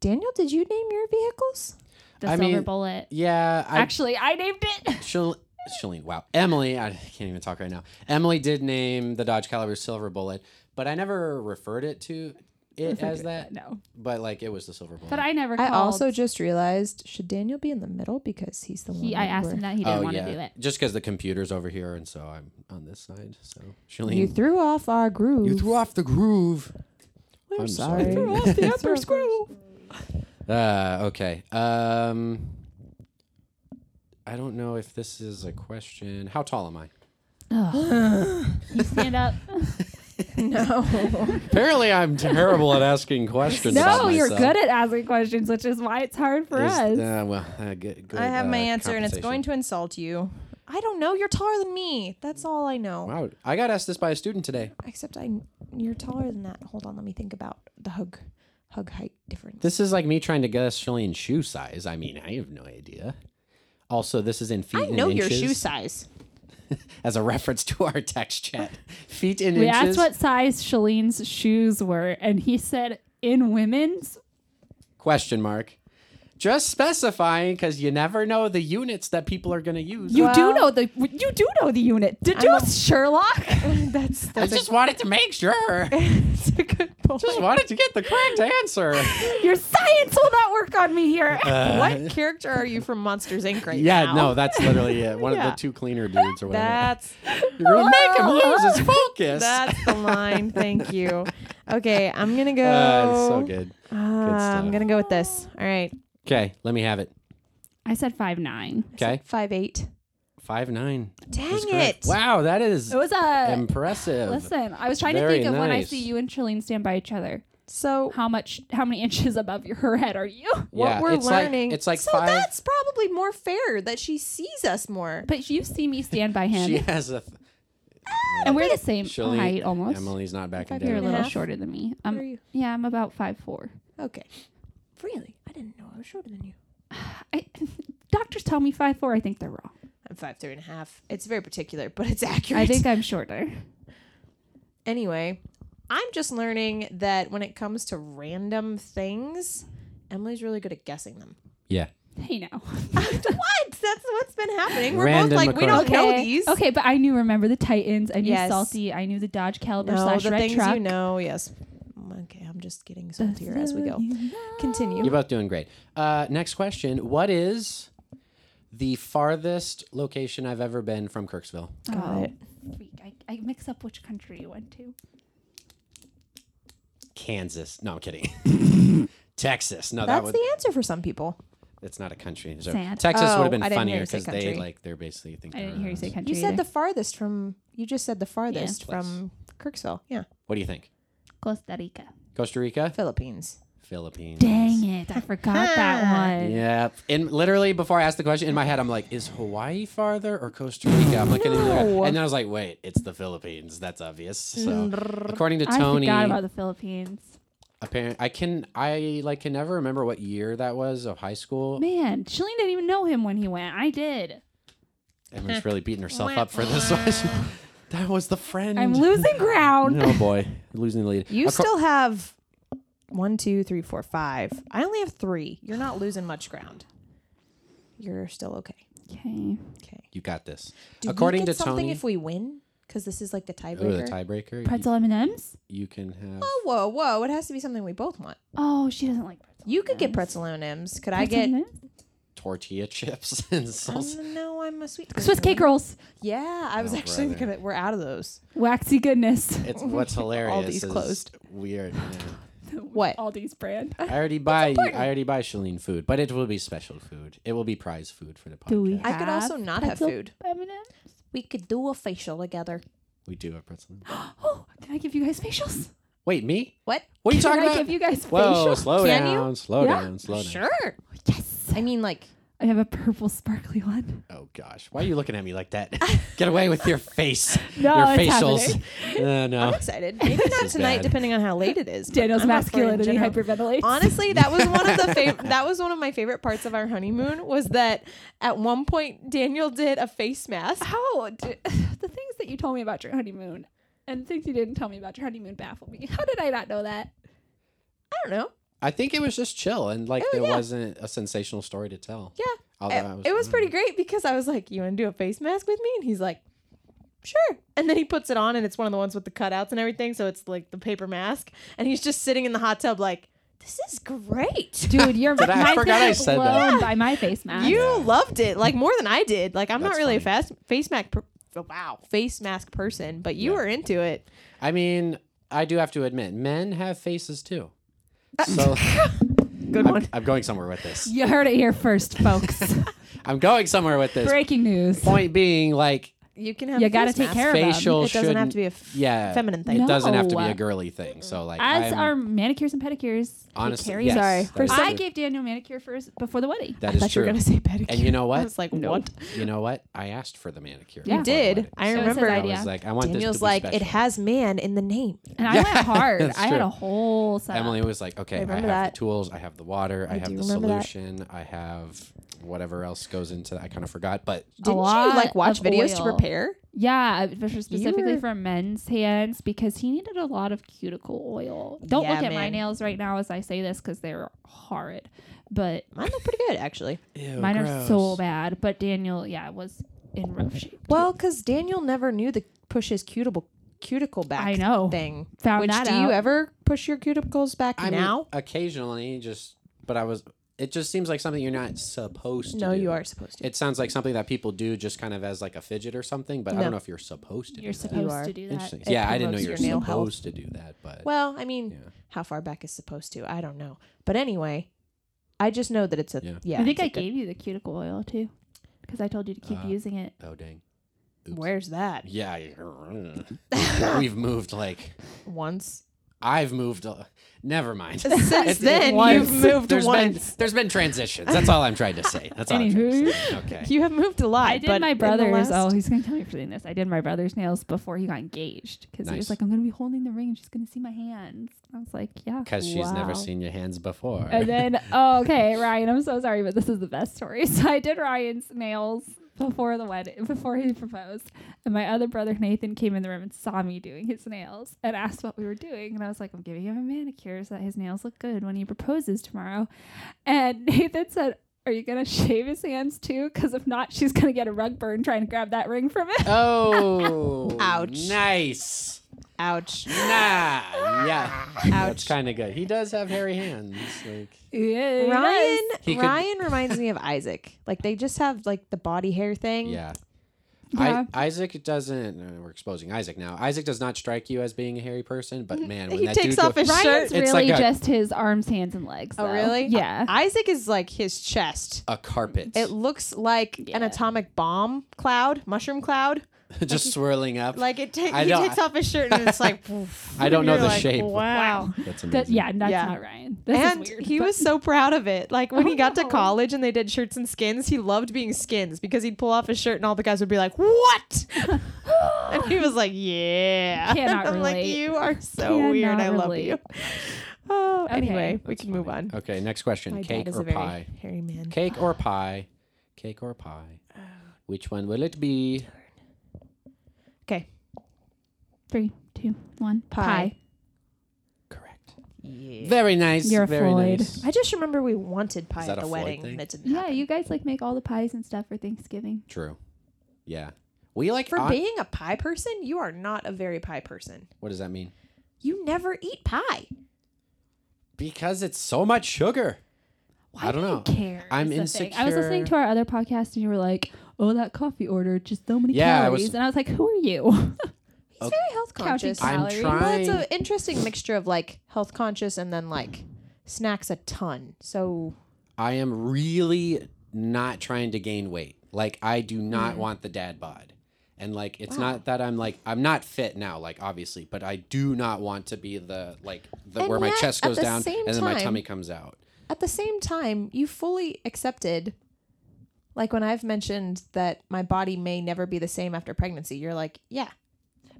Speaker 4: Daniel, did you name your vehicles?
Speaker 5: The
Speaker 1: I
Speaker 5: Silver
Speaker 1: mean,
Speaker 5: Bullet.
Speaker 1: yeah. I,
Speaker 5: Actually, I named it. [LAUGHS]
Speaker 1: Shil- Shilleen, wow. Emily, I can't even talk right now. Emily did name the Dodge Caliber Silver Bullet, but I never referred it to it as that.
Speaker 5: No.
Speaker 1: But like, it was the Silver Bullet.
Speaker 5: But I never
Speaker 4: I
Speaker 5: called.
Speaker 4: also just realized should Daniel be in the middle because he's the one.
Speaker 5: he, I
Speaker 4: that
Speaker 5: asked him
Speaker 4: we're-
Speaker 5: that. He
Speaker 1: Oh,
Speaker 5: didn't want to do it.
Speaker 1: Just because the computer's over here, and so I'm on this side. So Shilleen,
Speaker 4: You threw off our groove.
Speaker 1: off the groove.
Speaker 4: We're
Speaker 1: I'm sorry.
Speaker 5: [LAUGHS]
Speaker 4: sorry.
Speaker 1: Threw
Speaker 4: off the upper screw.
Speaker 1: Uh, okay. Um, I don't know if this is a question. How tall am I? [GASPS]
Speaker 5: You stand up.
Speaker 1: [LAUGHS]
Speaker 4: No.
Speaker 1: Apparently, I'm terrible at asking questions.
Speaker 5: no,
Speaker 1: about
Speaker 5: you're
Speaker 1: myself.
Speaker 5: good at asking questions, which is why it's hard for
Speaker 1: Is-
Speaker 5: us.
Speaker 1: uh, well, uh, good, good,
Speaker 4: I have my
Speaker 1: uh,
Speaker 4: answer, and it's
Speaker 1: compensation.
Speaker 4: going to insult you. I don't know. You're taller than me. That's all I know.
Speaker 1: Wow, I got asked this by a student today.
Speaker 4: Except I, you're taller than that. Hold on, let me think about the hug, hug height difference.
Speaker 1: This is like me trying to guess Shirley's shoe size. I mean, I have no idea. Also, this is in feet
Speaker 4: I
Speaker 1: and
Speaker 4: know your
Speaker 1: inches
Speaker 4: shoe size.
Speaker 1: as a reference to our text
Speaker 4: [LAUGHS]
Speaker 1: chat. Feet and
Speaker 5: We
Speaker 1: inches.
Speaker 5: asked what size Shalene's shoes were, and he said in women's.
Speaker 1: Question mark. Just specifying because you never know the units that people are going to use.
Speaker 5: You do
Speaker 4: Well-
Speaker 5: know the you do know the unit. Did you, Sherlock?
Speaker 4: [LAUGHS] that's
Speaker 1: I
Speaker 4: that's
Speaker 1: just wanted to make
Speaker 4: [LAUGHS]
Speaker 1: sure.
Speaker 4: that's a good point.
Speaker 1: just wanted to get the correct answer.
Speaker 4: [LAUGHS]
Speaker 5: Your science will not work on
Speaker 1: [LAUGHS]
Speaker 5: me here.
Speaker 4: what character are you from Monsters Inc. right
Speaker 1: Uh, yeah,
Speaker 4: now?
Speaker 1: no, that's literally it. One of
Speaker 4: Yeah.
Speaker 1: the two cleaner dudes or whatever.
Speaker 4: That's
Speaker 1: [LAUGHS] You're going to make
Speaker 4: [LAUGHS]
Speaker 1: him lose his focus.
Speaker 4: that's the line. Thank you. Okay, I'm gonna
Speaker 1: [LAUGHS]
Speaker 4: go.
Speaker 1: Uh, it's so good.
Speaker 4: Uh,
Speaker 1: stuff.
Speaker 4: I'm gonna go with this. All right.
Speaker 1: Okay, let me have it.
Speaker 5: I said five nine.
Speaker 1: Okay,
Speaker 4: Five eight.
Speaker 1: five nine.
Speaker 4: Dang
Speaker 1: That's correct.
Speaker 4: it!
Speaker 1: Wow, that is
Speaker 5: It was a
Speaker 1: impressive.
Speaker 5: listen. I was trying
Speaker 1: Very
Speaker 5: to think of when I
Speaker 1: nice.
Speaker 5: see you and Shalene stand by each other.
Speaker 4: So
Speaker 5: How much? How many inches above your her head are you?
Speaker 4: what
Speaker 1: yeah,
Speaker 4: we're
Speaker 1: it's
Speaker 4: learning.
Speaker 1: Like, it's like
Speaker 4: so
Speaker 1: five.
Speaker 4: that's probably more fair that she sees us more.
Speaker 5: But you see me stand by him,
Speaker 1: [LAUGHS] She has a. Th-
Speaker 5: and we're the same
Speaker 1: Shirley,
Speaker 5: height almost.
Speaker 1: Emily's not back in
Speaker 4: Five
Speaker 5: You're a
Speaker 4: And
Speaker 1: down.
Speaker 4: a
Speaker 5: little
Speaker 4: half?
Speaker 5: shorter than me.
Speaker 4: What
Speaker 5: Um,
Speaker 4: are you?
Speaker 5: Yeah, I'm about five four.
Speaker 4: Okay. Really? I didn't know I was shorter than you.
Speaker 5: I, [LAUGHS] doctors tell me five four. I think they're wrong.
Speaker 4: I'm five three and a half. It's very particular, but it's accurate.
Speaker 5: I think I'm shorter.
Speaker 4: anyway, I'm just learning that when it comes to random things, Emily's really good at guessing [LAUGHS] them.
Speaker 1: Yeah.
Speaker 5: Hey now.
Speaker 4: what? That's what's been happening. We're
Speaker 1: Random
Speaker 4: both like, we don't
Speaker 1: occurrence.
Speaker 4: know
Speaker 5: okay.
Speaker 4: these.
Speaker 5: Okay, but I knew. Remember the Titans. I knew
Speaker 4: Yes.
Speaker 5: Salty. I knew the Dodge Caliber
Speaker 4: No,
Speaker 5: slash
Speaker 4: the
Speaker 5: red
Speaker 4: things
Speaker 5: truck.
Speaker 4: you know. Yes. Okay, I'm just getting saltier as we go. Continue.
Speaker 1: You're both doing great. Uh, next question. What is the farthest location I've ever been from Kirksville?
Speaker 4: Got
Speaker 5: Oh,
Speaker 4: it.
Speaker 5: freak. I, I mix up which country you went to.
Speaker 1: Kansas. No, I'm kidding. [LAUGHS] Texas. No, that
Speaker 4: That's
Speaker 1: would.
Speaker 4: the answer for some people.
Speaker 1: It's not a country. So
Speaker 5: Sad.
Speaker 1: Texas
Speaker 4: Oh,
Speaker 1: would have
Speaker 4: I
Speaker 1: been
Speaker 4: didn't hear
Speaker 1: funnier
Speaker 4: you say
Speaker 1: because they
Speaker 4: country.
Speaker 1: like they're basically thinking.
Speaker 5: I didn't hear you
Speaker 1: around.
Speaker 5: say country.
Speaker 4: You said
Speaker 5: either.
Speaker 4: the farthest from. You just said the farthest from Kirksville. Yeah,
Speaker 1: What do you think?
Speaker 5: Costa Rica.
Speaker 1: Costa Rica,
Speaker 4: Philippines.
Speaker 1: Philippines.
Speaker 5: Dang it! I forgot
Speaker 4: [LAUGHS]
Speaker 5: that one.
Speaker 1: Yeah. And literally before I asked the question in my head, I'm like, is Hawaii farther or Costa Rica? I'm looking at the other
Speaker 4: No.
Speaker 1: and then I was like, wait, it's the Philippines. That's obvious. So according to
Speaker 5: I
Speaker 1: Tony,
Speaker 5: forgot about the Philippines.
Speaker 1: apparent I can I like can never remember what year that was of high school.
Speaker 5: Man, Shalene didn't even know him when he went. I did.
Speaker 1: Emily's really beating herself up for this one. [LAUGHS] that was the
Speaker 4: Mm.
Speaker 1: friend.
Speaker 5: I'm losing ground.
Speaker 1: Oh boy, losing the lead.
Speaker 4: You
Speaker 1: Acco-
Speaker 4: still have one, two, three, four, five. I only have three. You're not losing much ground. You're still okay.
Speaker 5: Okay.
Speaker 4: Okay.
Speaker 1: you got this.
Speaker 4: Do we
Speaker 1: According
Speaker 4: get
Speaker 1: to
Speaker 4: something
Speaker 1: Tony,
Speaker 4: if we win? Because this is like the
Speaker 1: oh, the
Speaker 4: tiebreaker.
Speaker 1: tiebreaker. You,
Speaker 5: Pretzel M and M's.
Speaker 1: you can have.
Speaker 4: oh, whoa, whoa! It has to be something we both want.
Speaker 5: Oh, she doesn't like pretzel.
Speaker 4: You could get pretzel M&Ms. Could I get?
Speaker 1: tortilla chips [LAUGHS] and salsa.
Speaker 4: Um, no, I'm a sweet
Speaker 5: Swiss
Speaker 4: person.
Speaker 5: cake rolls.
Speaker 4: Yeah, I was
Speaker 1: Oh,
Speaker 4: actually
Speaker 1: brother.
Speaker 4: gonna. We're out of those.
Speaker 5: Waxy goodness.
Speaker 1: It's
Speaker 4: [LAUGHS]
Speaker 1: what's hilarious.
Speaker 4: Oh. these
Speaker 1: is
Speaker 4: closed.
Speaker 1: Weird. yeah.
Speaker 4: What?
Speaker 5: [LAUGHS] Aldi's brand.
Speaker 1: I already buy. you- I already buy Shalene food, but it will be special food. It will be prize food for the podcast.
Speaker 5: Do we?
Speaker 4: I could also not have
Speaker 5: pretzel
Speaker 4: food.
Speaker 5: M&Ms?
Speaker 4: We could do a facial together.
Speaker 1: We do have pretzel.
Speaker 5: Oh, can I give you guys facials?
Speaker 1: Wait, me?
Speaker 4: What?
Speaker 1: What are you
Speaker 5: Can
Speaker 1: talking
Speaker 5: I
Speaker 1: about?
Speaker 5: give you guys
Speaker 1: Whoa,
Speaker 5: facials?
Speaker 1: slow
Speaker 4: Can you?
Speaker 1: down, slow
Speaker 5: Yeah.
Speaker 1: down, slow down.
Speaker 4: Sure.
Speaker 5: Yes.
Speaker 4: I mean, like,
Speaker 5: I have a purple sparkly one.
Speaker 1: Oh gosh, why are you looking at me like
Speaker 4: [LAUGHS]
Speaker 1: that? [LAUGHS] Get away with your face,
Speaker 5: No,
Speaker 1: your
Speaker 5: it's
Speaker 1: facials. Uh, [LAUGHS]
Speaker 4: I'm
Speaker 1: no,
Speaker 4: excited. Maybe not
Speaker 1: is
Speaker 4: tonight,
Speaker 1: bad.
Speaker 4: depending on how late it is. but
Speaker 5: [LAUGHS] Daniel's
Speaker 4: I'm up for it in
Speaker 5: masculinity
Speaker 4: general.
Speaker 5: hyperventilates.
Speaker 4: Honestly, that was one
Speaker 5: [LAUGHS]
Speaker 4: of the fav- that was one of my favorite parts of our honeymoon was that at one point Daniel did a face mask.
Speaker 5: How d [SIGHS] the things that you told me about your honeymoon and things you didn't tell me about your honeymoon baffle me. How did I not know that?
Speaker 4: I don't know.
Speaker 1: I think it was just chill and like there
Speaker 4: Oh, yeah.
Speaker 1: wasn't a sensational story to tell.
Speaker 4: Yeah.
Speaker 1: Although I
Speaker 4: It, it was pretty great because I was like, "You want to do a face mask with me?" And he's like, "Sure." And then he puts it on, and it's one of the ones with the cutouts and everything, so it's like the paper mask. And he's just sitting in the hot tub, like, "This is great."
Speaker 5: Dude, you're
Speaker 1: Did I- I forgot I said that.
Speaker 5: by my face mask.
Speaker 4: You loved it like more than I did. Like I'm not
Speaker 1: That's
Speaker 4: really a
Speaker 1: funny.
Speaker 4: fast face mask. Per- oh, wow, face mask person, but you
Speaker 1: Yeah.
Speaker 4: were into it.
Speaker 1: I mean, I do have to admit, men have faces too. So
Speaker 4: [LAUGHS] Good
Speaker 1: I'm,
Speaker 4: one.
Speaker 1: I'm going somewhere with this.
Speaker 5: You heard it here [LAUGHS] first, folks.
Speaker 1: I'm going somewhere with this.
Speaker 5: Breaking news.
Speaker 1: Point being, like
Speaker 4: You can have.
Speaker 5: You
Speaker 4: a
Speaker 5: gotta
Speaker 4: face
Speaker 5: take
Speaker 4: mask.
Speaker 5: care of them.
Speaker 1: facial
Speaker 4: It doesn't have
Speaker 1: shouldn't-
Speaker 4: to be a f-
Speaker 1: yeah,
Speaker 4: feminine thing.
Speaker 1: It doesn't have to be
Speaker 5: No.
Speaker 1: a girly thing. So like,
Speaker 5: As
Speaker 1: I'm-
Speaker 5: are manicures and pedicures. They
Speaker 1: honestly,
Speaker 5: carry-
Speaker 1: yes,
Speaker 4: Sorry.
Speaker 1: that
Speaker 4: For
Speaker 1: is
Speaker 4: some-
Speaker 5: I
Speaker 1: true.
Speaker 5: gave Daniel manicure first before the wedding.
Speaker 1: that
Speaker 4: I
Speaker 1: is
Speaker 4: thought you
Speaker 1: true.
Speaker 4: were gonna say pedicure.
Speaker 1: And you know
Speaker 4: I
Speaker 1: what?
Speaker 4: was like, what?
Speaker 1: You know what? I asked for the manicure.
Speaker 5: Yeah. You
Speaker 1: before the
Speaker 4: did.
Speaker 1: wedding.
Speaker 4: I
Speaker 1: So
Speaker 4: remember.
Speaker 1: I
Speaker 5: Yeah.
Speaker 1: was like, I want this
Speaker 4: Daniel's
Speaker 1: to be
Speaker 4: like,
Speaker 1: special.
Speaker 4: it has man in the name.
Speaker 5: And I [LAUGHS] went hard.
Speaker 1: That's
Speaker 5: I had
Speaker 1: true.
Speaker 5: a whole set.
Speaker 1: Emily was like, okay, I, have
Speaker 4: remember that.
Speaker 1: the tools, I have the water, I, have
Speaker 4: do
Speaker 1: the
Speaker 4: remember that.
Speaker 1: solution, I have whatever else goes into that. I kind of forgot, but
Speaker 4: Didn't you
Speaker 5: lot
Speaker 4: like watch
Speaker 5: of
Speaker 4: videos to
Speaker 5: oil.
Speaker 4: repair?
Speaker 5: Yeah, uh, for sure, specifically
Speaker 4: were-
Speaker 5: for men's hands because he needed a lot of cuticle oil. Don't
Speaker 4: Yeah,
Speaker 5: look at my
Speaker 4: man.
Speaker 5: nails right now as I say this because they're horrid, but
Speaker 4: Mine look pretty good actually.
Speaker 1: Oh,
Speaker 5: mine are so bad. But Daniel, yeah, was in rough shape.
Speaker 4: Well, because Daniel never knew the push his cuticle cuticle back.
Speaker 5: I know.
Speaker 4: thing.
Speaker 5: Found
Speaker 4: Which
Speaker 5: that
Speaker 4: do you
Speaker 5: out.
Speaker 4: ever push your cuticles back
Speaker 1: I mean,
Speaker 4: now?
Speaker 1: occasionally, just, but I was, it just seems like something you're not supposed to
Speaker 4: No,
Speaker 1: do.
Speaker 4: you are supposed to.
Speaker 1: It sounds like something that people do just kind of as like a fidget or something, but I
Speaker 4: No.
Speaker 1: don't know if you're supposed to
Speaker 5: You're
Speaker 1: do that.
Speaker 5: supposed
Speaker 4: are.
Speaker 5: to do that.
Speaker 1: Interesting.
Speaker 4: It
Speaker 1: yeah, I didn't know
Speaker 4: promotes
Speaker 1: you were
Speaker 4: your nail
Speaker 1: supposed
Speaker 4: health.
Speaker 1: to do that, but
Speaker 4: Well, I mean,
Speaker 1: Yeah.
Speaker 4: how far back is supposed to? I don't know. But anyway, I just know that it's a
Speaker 1: Yeah.
Speaker 4: yeah.
Speaker 5: I think
Speaker 4: it's
Speaker 5: I
Speaker 4: a good-
Speaker 5: gave you the cuticle oil too because I told you to keep
Speaker 1: Uh,
Speaker 5: using it.
Speaker 1: oh
Speaker 4: [LAUGHS]
Speaker 1: dang. Oops.
Speaker 4: Where's that? [LAUGHS]
Speaker 1: Yeah, I- we've moved like
Speaker 4: Once.
Speaker 1: I've moved. uh, never mind. [LAUGHS]
Speaker 4: Since then,
Speaker 1: Once.
Speaker 4: you've moved
Speaker 1: There's been-
Speaker 4: once.
Speaker 1: there's been transitions. That's all I'm trying to say. That's all. I'm trying to say. Okay.
Speaker 4: [LAUGHS] You have moved a lot.
Speaker 5: I did
Speaker 4: but
Speaker 5: my
Speaker 4: in the
Speaker 5: brother's. Oh,
Speaker 4: [LAUGHS] last-
Speaker 5: he's gonna kill me for doing this. I did my brother's nails before he got engaged because he
Speaker 1: Nice.
Speaker 5: was like, "I'm gonna be holding the ring and she's gonna see my hands." I was like, "Yeah."
Speaker 1: Because she's never
Speaker 5: wow."
Speaker 1: seen your hands before.
Speaker 5: And then, oh, okay, Ryan, I'm so sorry, but this is the best story. [LAUGHS] So I did Ryan's nails before the wedding, before he proposed, and my other brother Nathan came in the room and saw me doing his nails and asked what we were doing, and I was like, "I'm giving him a manicure so that his nails look good when he proposes tomorrow," and [LAUGHS] Nathan said. Are you gonna shave his hands too? Because if not, she's gonna get a rug burn trying to grab that ring from [LAUGHS]
Speaker 1: [LAUGHS]
Speaker 5: it.
Speaker 1: oh,
Speaker 4: Ouch.
Speaker 1: Nice.
Speaker 4: Ouch.
Speaker 1: Nah. Yeah. That's
Speaker 4: Ouch.
Speaker 1: kind of good. He does have hairy hands. Like
Speaker 5: Yeah,
Speaker 4: Ryan
Speaker 1: He could-
Speaker 4: Ryan reminds me of Isaac. Like they just have like the body hair thing.
Speaker 1: yeah.
Speaker 5: Yeah.
Speaker 1: I, Isaac doesn't. uh, We're exposing Isaac now. Isaac does not strike you as being a hairy person, but man, when
Speaker 4: Mm-hmm. He
Speaker 1: that
Speaker 4: takes
Speaker 1: dude
Speaker 4: off
Speaker 1: goes,
Speaker 4: his
Speaker 5: Ryan's
Speaker 4: shirt.
Speaker 1: It's
Speaker 5: really
Speaker 1: like a-
Speaker 5: just his arms, hands, and legs.
Speaker 4: Oh
Speaker 5: though.
Speaker 4: really?
Speaker 5: Yeah.
Speaker 4: Isaac is like his chest.
Speaker 1: a carpet, [LAUGHS]
Speaker 4: It looks like an
Speaker 5: Yeah.
Speaker 4: atomic bomb cloud, mushroom cloud.
Speaker 1: just swirling up.
Speaker 4: Like it ta-
Speaker 1: I
Speaker 4: he
Speaker 1: don't-
Speaker 4: takes off his shirt and it's like. [LAUGHS] poof.
Speaker 1: I don't know
Speaker 4: You're
Speaker 1: the
Speaker 4: like,
Speaker 1: shape.
Speaker 4: Wow.
Speaker 1: That's
Speaker 5: That-
Speaker 1: amazing.
Speaker 5: yeah, that's
Speaker 4: Yeah.
Speaker 5: not Ryan. This
Speaker 4: and
Speaker 5: is weird,
Speaker 4: he
Speaker 5: but- [GASPS]
Speaker 4: was so proud of it. Like when
Speaker 5: Oh,
Speaker 4: he got to
Speaker 5: no.
Speaker 4: college and they did shirts and skins, he loved being skins because he'd pull off his shirt and all the guys would be like, "What?" [LAUGHS] and he was like, [LAUGHS] "Yeah."
Speaker 5: Cannot
Speaker 4: I'm like,
Speaker 5: relate.
Speaker 4: "You are so
Speaker 5: Cannot
Speaker 4: weird. I love
Speaker 5: relate.
Speaker 4: you." [LAUGHS] Oh,
Speaker 5: Okay.
Speaker 4: anyway, we can move on.
Speaker 1: Okay, next question:
Speaker 4: My
Speaker 1: cake
Speaker 4: dad is
Speaker 1: or
Speaker 4: a very
Speaker 1: pie?
Speaker 4: hairy man.
Speaker 1: Cake or pie? Cake or pie?
Speaker 4: Oh.
Speaker 1: Which one will it be?
Speaker 4: Okay.
Speaker 5: Three, two, one.
Speaker 4: Pie.
Speaker 1: Correct. Very nice.
Speaker 5: You're a
Speaker 1: very
Speaker 5: Floyd.
Speaker 1: nice.
Speaker 4: I just remember we wanted pie
Speaker 1: Is that
Speaker 4: at
Speaker 1: a
Speaker 4: the
Speaker 1: Floyd
Speaker 4: wedding.
Speaker 1: thing?
Speaker 4: and That didn't
Speaker 5: Yeah,
Speaker 4: happen.
Speaker 5: you guys like make all the pies and stuff for Thanksgiving.
Speaker 1: True. Yeah. We like.
Speaker 4: For
Speaker 1: on-
Speaker 4: being a pie person, you are not a very pie person.
Speaker 1: what does that mean?
Speaker 4: You never eat pie.
Speaker 1: Because it's so much sugar.
Speaker 5: Why
Speaker 1: I don't
Speaker 5: do you
Speaker 1: know.
Speaker 5: care?
Speaker 1: I'm
Speaker 5: is the thing. I was
Speaker 1: insecure.
Speaker 5: listening to our other podcast, and you were like, "Oh, that coffee order just so many
Speaker 1: Yeah, I
Speaker 5: calories,"
Speaker 1: was-
Speaker 5: and I was like, "Who are you?" [LAUGHS]
Speaker 4: He's very health conscious.
Speaker 1: I'm
Speaker 5: calories.
Speaker 4: Well, it's
Speaker 1: trying.
Speaker 4: an interesting mixture of like health conscious and then like snacks a ton. So
Speaker 1: I am really not trying to gain weight. Like I do
Speaker 4: Mm.
Speaker 1: not want the dad bod. And like it's not that I'm like I'm not fit now, like obviously, but I do not want to be the like the
Speaker 4: And
Speaker 1: where my
Speaker 4: yet,
Speaker 1: chest
Speaker 4: at
Speaker 1: goes
Speaker 4: the
Speaker 1: down
Speaker 4: same
Speaker 1: and then my
Speaker 4: time-
Speaker 1: tummy comes out.
Speaker 4: at the same time, you fully accepted. Like when I've mentioned that my body may never be the same after pregnancy, you're like, yeah,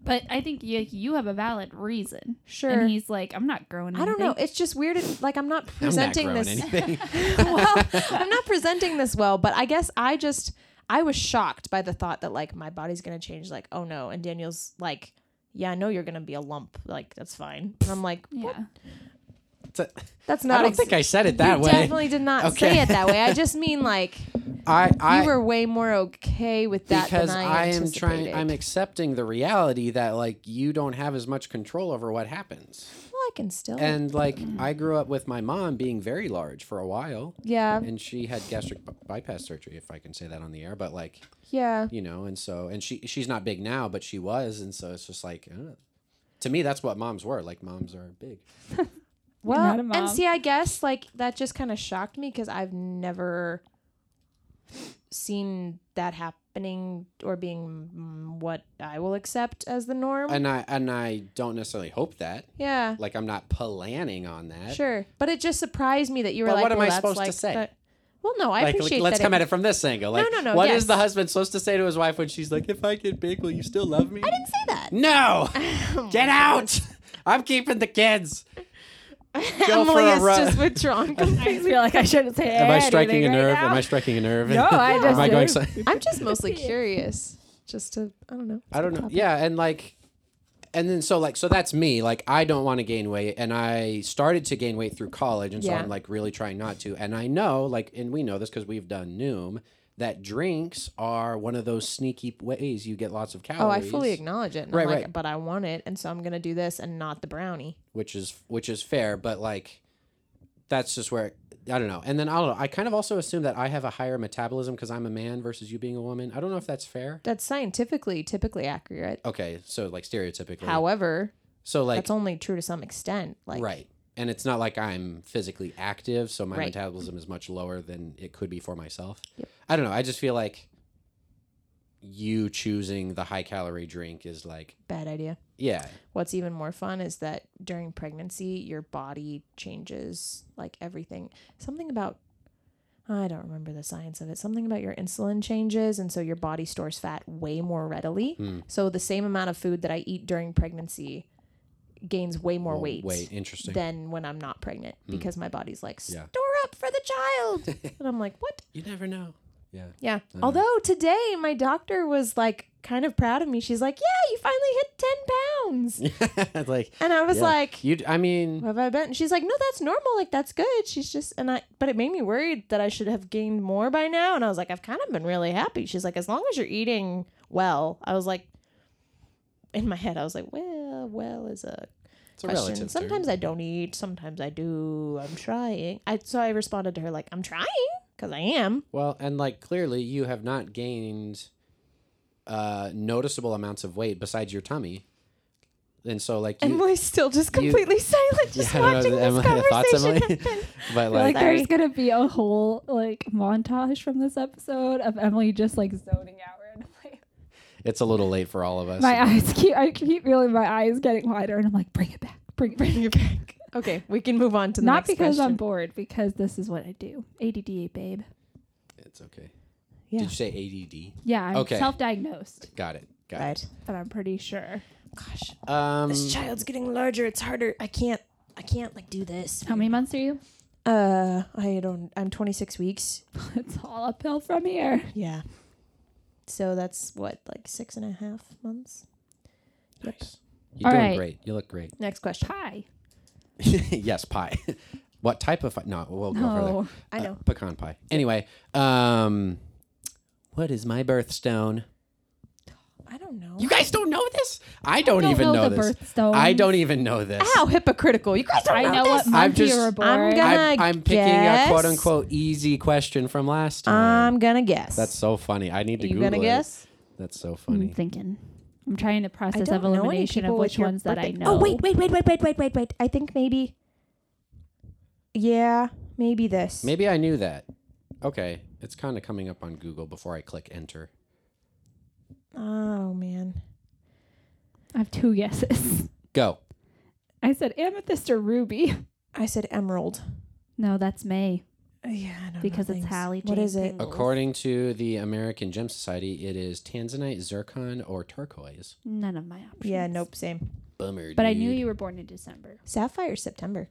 Speaker 5: but I think you, you have a valid reason.
Speaker 4: sure.
Speaker 5: And he's like, "I'm not growing."
Speaker 4: I don't know. It's just weird. It, like I'm not presenting
Speaker 1: Mm, I'm not
Speaker 4: this.
Speaker 1: growing [LAUGHS] anything.
Speaker 4: [LAUGHS] well, I'm not presenting this well, but I guess I just I was shocked by the thought that like my body's gonna change. Like, oh no! And Daniel's like, yeah, I know you're gonna be a lump. Like that's fine. And I'm like,
Speaker 5: Yeah.
Speaker 1: It's a-
Speaker 4: that's
Speaker 1: I
Speaker 4: not.
Speaker 1: don't
Speaker 4: ex-
Speaker 1: think I said it that
Speaker 4: you
Speaker 1: way.
Speaker 4: Definitely did not
Speaker 1: Okay.
Speaker 4: say it
Speaker 1: [LAUGHS]
Speaker 4: that way. I just mean like
Speaker 1: I I
Speaker 4: you were way more okay with that
Speaker 1: because
Speaker 4: than
Speaker 1: I,
Speaker 4: I,
Speaker 1: am trying
Speaker 4: anticipated.
Speaker 1: I'm accepting the reality that like you don't have as much control over what happens.
Speaker 4: well, I can still.
Speaker 1: And like
Speaker 4: Mm.
Speaker 1: I grew up with my mom being very large for a while.
Speaker 4: yeah,
Speaker 1: and she had gastric b- bypass surgery if i can say that on the air but like
Speaker 4: yeah.
Speaker 1: you know and so and she she's not big now but she was and so it's just like uh, to me that's what moms were like moms are big
Speaker 4: Well,
Speaker 5: not a mom.
Speaker 4: and see, I guess like that just kind of shocked me because I've never seen that happening or being mm, what I will accept as the norm.
Speaker 1: and i and i don't necessarily hope that
Speaker 4: yeah,
Speaker 1: like i'm not planning on that
Speaker 4: sure, but it just surprised me that you were
Speaker 1: But
Speaker 4: like,
Speaker 1: what am
Speaker 4: well,
Speaker 1: I
Speaker 4: that's
Speaker 1: supposed to
Speaker 4: like
Speaker 1: say?
Speaker 4: the- well, no, I
Speaker 1: like, like,
Speaker 4: appreciate
Speaker 1: let's
Speaker 4: that.
Speaker 1: come at it from this angle. Like,
Speaker 4: no, no,
Speaker 1: what is
Speaker 4: yes.
Speaker 1: the husband supposed to say to his wife when she's like, "If I get big, will you still love me?" I didn't
Speaker 4: say that. [LAUGHS] Oh
Speaker 1: No, get out! I'm keeping the kids. Go for
Speaker 4: Emily
Speaker 1: a
Speaker 4: is
Speaker 1: run. [LAUGHS]
Speaker 4: just withdrawn.
Speaker 5: I just feel like I shouldn't say.
Speaker 1: Am I striking a nerve? Am I striking a nerve?
Speaker 5: No, I
Speaker 1: Am I
Speaker 5: just-
Speaker 1: going? so-
Speaker 4: I'm just mostly curious, just to I don't know.
Speaker 1: I don't know. Yeah, and like, and then so like so that's me. Like I don't want to gain weight, and I started to gain weight through college, and so
Speaker 4: Yeah.
Speaker 1: I'm like really trying not to. And I know, like, and we know this because we've done Noom that drinks are one of those sneaky ways you get lots of
Speaker 4: Oh,
Speaker 1: calories.
Speaker 4: I fully acknowledge it. And
Speaker 1: Right,
Speaker 4: I'm like,
Speaker 1: right.
Speaker 4: But I want it, and so I'm gonna do this and not the brownie.
Speaker 1: which is which is fair, but like, that's just where. I don't know. And then I don't know. I kind of also assume that I have a higher metabolism because I'm a man versus you being a woman. I don't know if that's fair.
Speaker 4: That's scientifically typically accurate.
Speaker 1: Okay. So, like, stereotypically.
Speaker 4: However,
Speaker 1: so, like,
Speaker 4: that's only true to some extent. Like
Speaker 1: right. And it's not like I'm physically active, so my
Speaker 4: Right.
Speaker 1: metabolism is much lower than it could be for myself.
Speaker 4: Yep.
Speaker 1: I don't know. I just feel like you choosing the high calorie drink is like,
Speaker 4: Bad idea.
Speaker 1: yeah,
Speaker 4: What's even more fun is that during pregnancy, your body changes like everything. Something about, I don't remember the science of it, something about your insulin changes. And so your body stores fat way more readily.
Speaker 1: Hmm.
Speaker 4: So the same amount of food that I eat during pregnancy gains way more
Speaker 1: well,
Speaker 4: weight.
Speaker 1: Wait, interesting. Hmm.
Speaker 4: than when I'm not pregnant because my body's like, store
Speaker 1: Yeah.
Speaker 4: up for the
Speaker 1: [LAUGHS]
Speaker 4: child. and I'm like, what?
Speaker 1: you never know. [LAUGHS] Yeah.
Speaker 4: Yeah.
Speaker 1: Uh.
Speaker 4: Although today my doctor was like kind of proud of me. She's like, yeah, you finally hit 10 pounds.
Speaker 1: like,
Speaker 4: And I was
Speaker 1: yeah.
Speaker 4: like,
Speaker 1: you. I mean,
Speaker 4: what have I been? And she's like, no, that's normal. Like, that's good. She's just, and I, but it made me worried that I should have gained more by now. And I was like, I've kind of been really happy. She's like, as long as you're eating well, I was like, in my head, I was like, well, well is a
Speaker 1: it's a
Speaker 4: question.
Speaker 1: relative. term.
Speaker 4: Sometimes I don't eat. Sometimes I do. I'm trying. I so I responded to her like, I'm trying because I am.
Speaker 1: Well, and like clearly you have not gained uh noticeable amounts of weight besides your tummy. And so like you
Speaker 4: Emily's still just completely [LAUGHS] silent, just
Speaker 1: Yeah, I don't
Speaker 4: watching
Speaker 1: know,
Speaker 4: this
Speaker 1: Emily, the
Speaker 4: conversation
Speaker 1: [LAUGHS] thoughts, Emily?
Speaker 4: happen.
Speaker 1: [LAUGHS] but
Speaker 5: Like
Speaker 1: like
Speaker 5: there's gonna be a whole like montage from this episode of Emily just like zoning out randomly.
Speaker 1: it's a little late for all of us.
Speaker 5: My eyes keep I keep feeling my eyes getting wider and I'm like, bring it back, bring it back.
Speaker 4: Bring it back. Okay, we can move on to the
Speaker 5: Not
Speaker 4: next
Speaker 5: because
Speaker 4: question.
Speaker 5: I'm bored, because this is what I do. ADD babe.
Speaker 1: It's okay.
Speaker 4: Yeah.
Speaker 1: Did you say ADD?
Speaker 5: Yeah, I'm
Speaker 1: Okay.
Speaker 5: self-diagnosed,
Speaker 1: Got it. Got
Speaker 4: right.
Speaker 5: but I'm pretty sure.
Speaker 4: Gosh,
Speaker 1: it. Um
Speaker 4: this child's getting larger. It's harder. I can't. I can't like do this.
Speaker 5: How many months are you?
Speaker 4: Uh, I don't. I'm 26 weeks.
Speaker 5: [LAUGHS] It's all uphill from here.
Speaker 4: Yeah. So that's what like six and a half months.
Speaker 1: nice. You're
Speaker 5: All
Speaker 1: doing
Speaker 5: right.
Speaker 1: great. You look great. [LAUGHS]
Speaker 4: Next question.
Speaker 5: Pie.
Speaker 1: yes, pie. [LAUGHS] what type of no, we'll go over there.
Speaker 5: No.
Speaker 4: I know.
Speaker 1: pecan pie. Anyway, um what is my birthstone?
Speaker 4: I don't know.
Speaker 1: You guys don't know this? I don't, even know,
Speaker 5: the
Speaker 1: this.
Speaker 5: birthstones.
Speaker 1: I don't even know this.
Speaker 4: How hypocritical! You guys don't
Speaker 5: I
Speaker 4: know,
Speaker 5: know
Speaker 4: this.
Speaker 5: what
Speaker 1: I'm
Speaker 5: month
Speaker 1: just-
Speaker 5: you were
Speaker 1: I'm
Speaker 5: born.
Speaker 4: gonna-
Speaker 1: I'm, I'm picking a quote
Speaker 4: guess.
Speaker 1: unquote easy question from last time.
Speaker 4: I'm gonna guess.
Speaker 1: That's so funny. I need to
Speaker 4: you
Speaker 1: Google it.
Speaker 4: gonna guess.
Speaker 1: That's
Speaker 4: Mm,
Speaker 1: so
Speaker 5: I'm
Speaker 1: funny.
Speaker 5: thinking. I'm trying to process
Speaker 4: I
Speaker 5: of
Speaker 4: don't know any
Speaker 5: elimination of
Speaker 4: people with
Speaker 5: which
Speaker 4: your
Speaker 5: ones that I
Speaker 4: birthday-
Speaker 5: know.
Speaker 4: Oh wait, wait, wait, wait, wait, wait, wait, wait. I think maybe. Yeah, maybe this.
Speaker 1: Maybe I knew that. Okay, it's kind of coming up on Google before I click enter.
Speaker 4: Oh man.
Speaker 5: I have two guesses.
Speaker 1: Go.
Speaker 5: [LAUGHS] I said amethyst or ruby.
Speaker 4: I said emerald.
Speaker 5: No, that's May.
Speaker 4: Uh, Yeah, I don't
Speaker 5: Because
Speaker 4: know
Speaker 5: it's
Speaker 4: things.
Speaker 5: Hallie
Speaker 4: What
Speaker 5: Jane
Speaker 4: is it?
Speaker 5: Ping-
Speaker 1: According to the American Gem Society, it is tanzanite, zircon, or turquoise.
Speaker 5: None of my options.
Speaker 4: Yeah, nope, same.
Speaker 1: Bummer.
Speaker 5: But I
Speaker 1: dude.
Speaker 5: knew you were born in December.
Speaker 4: Sapphire September.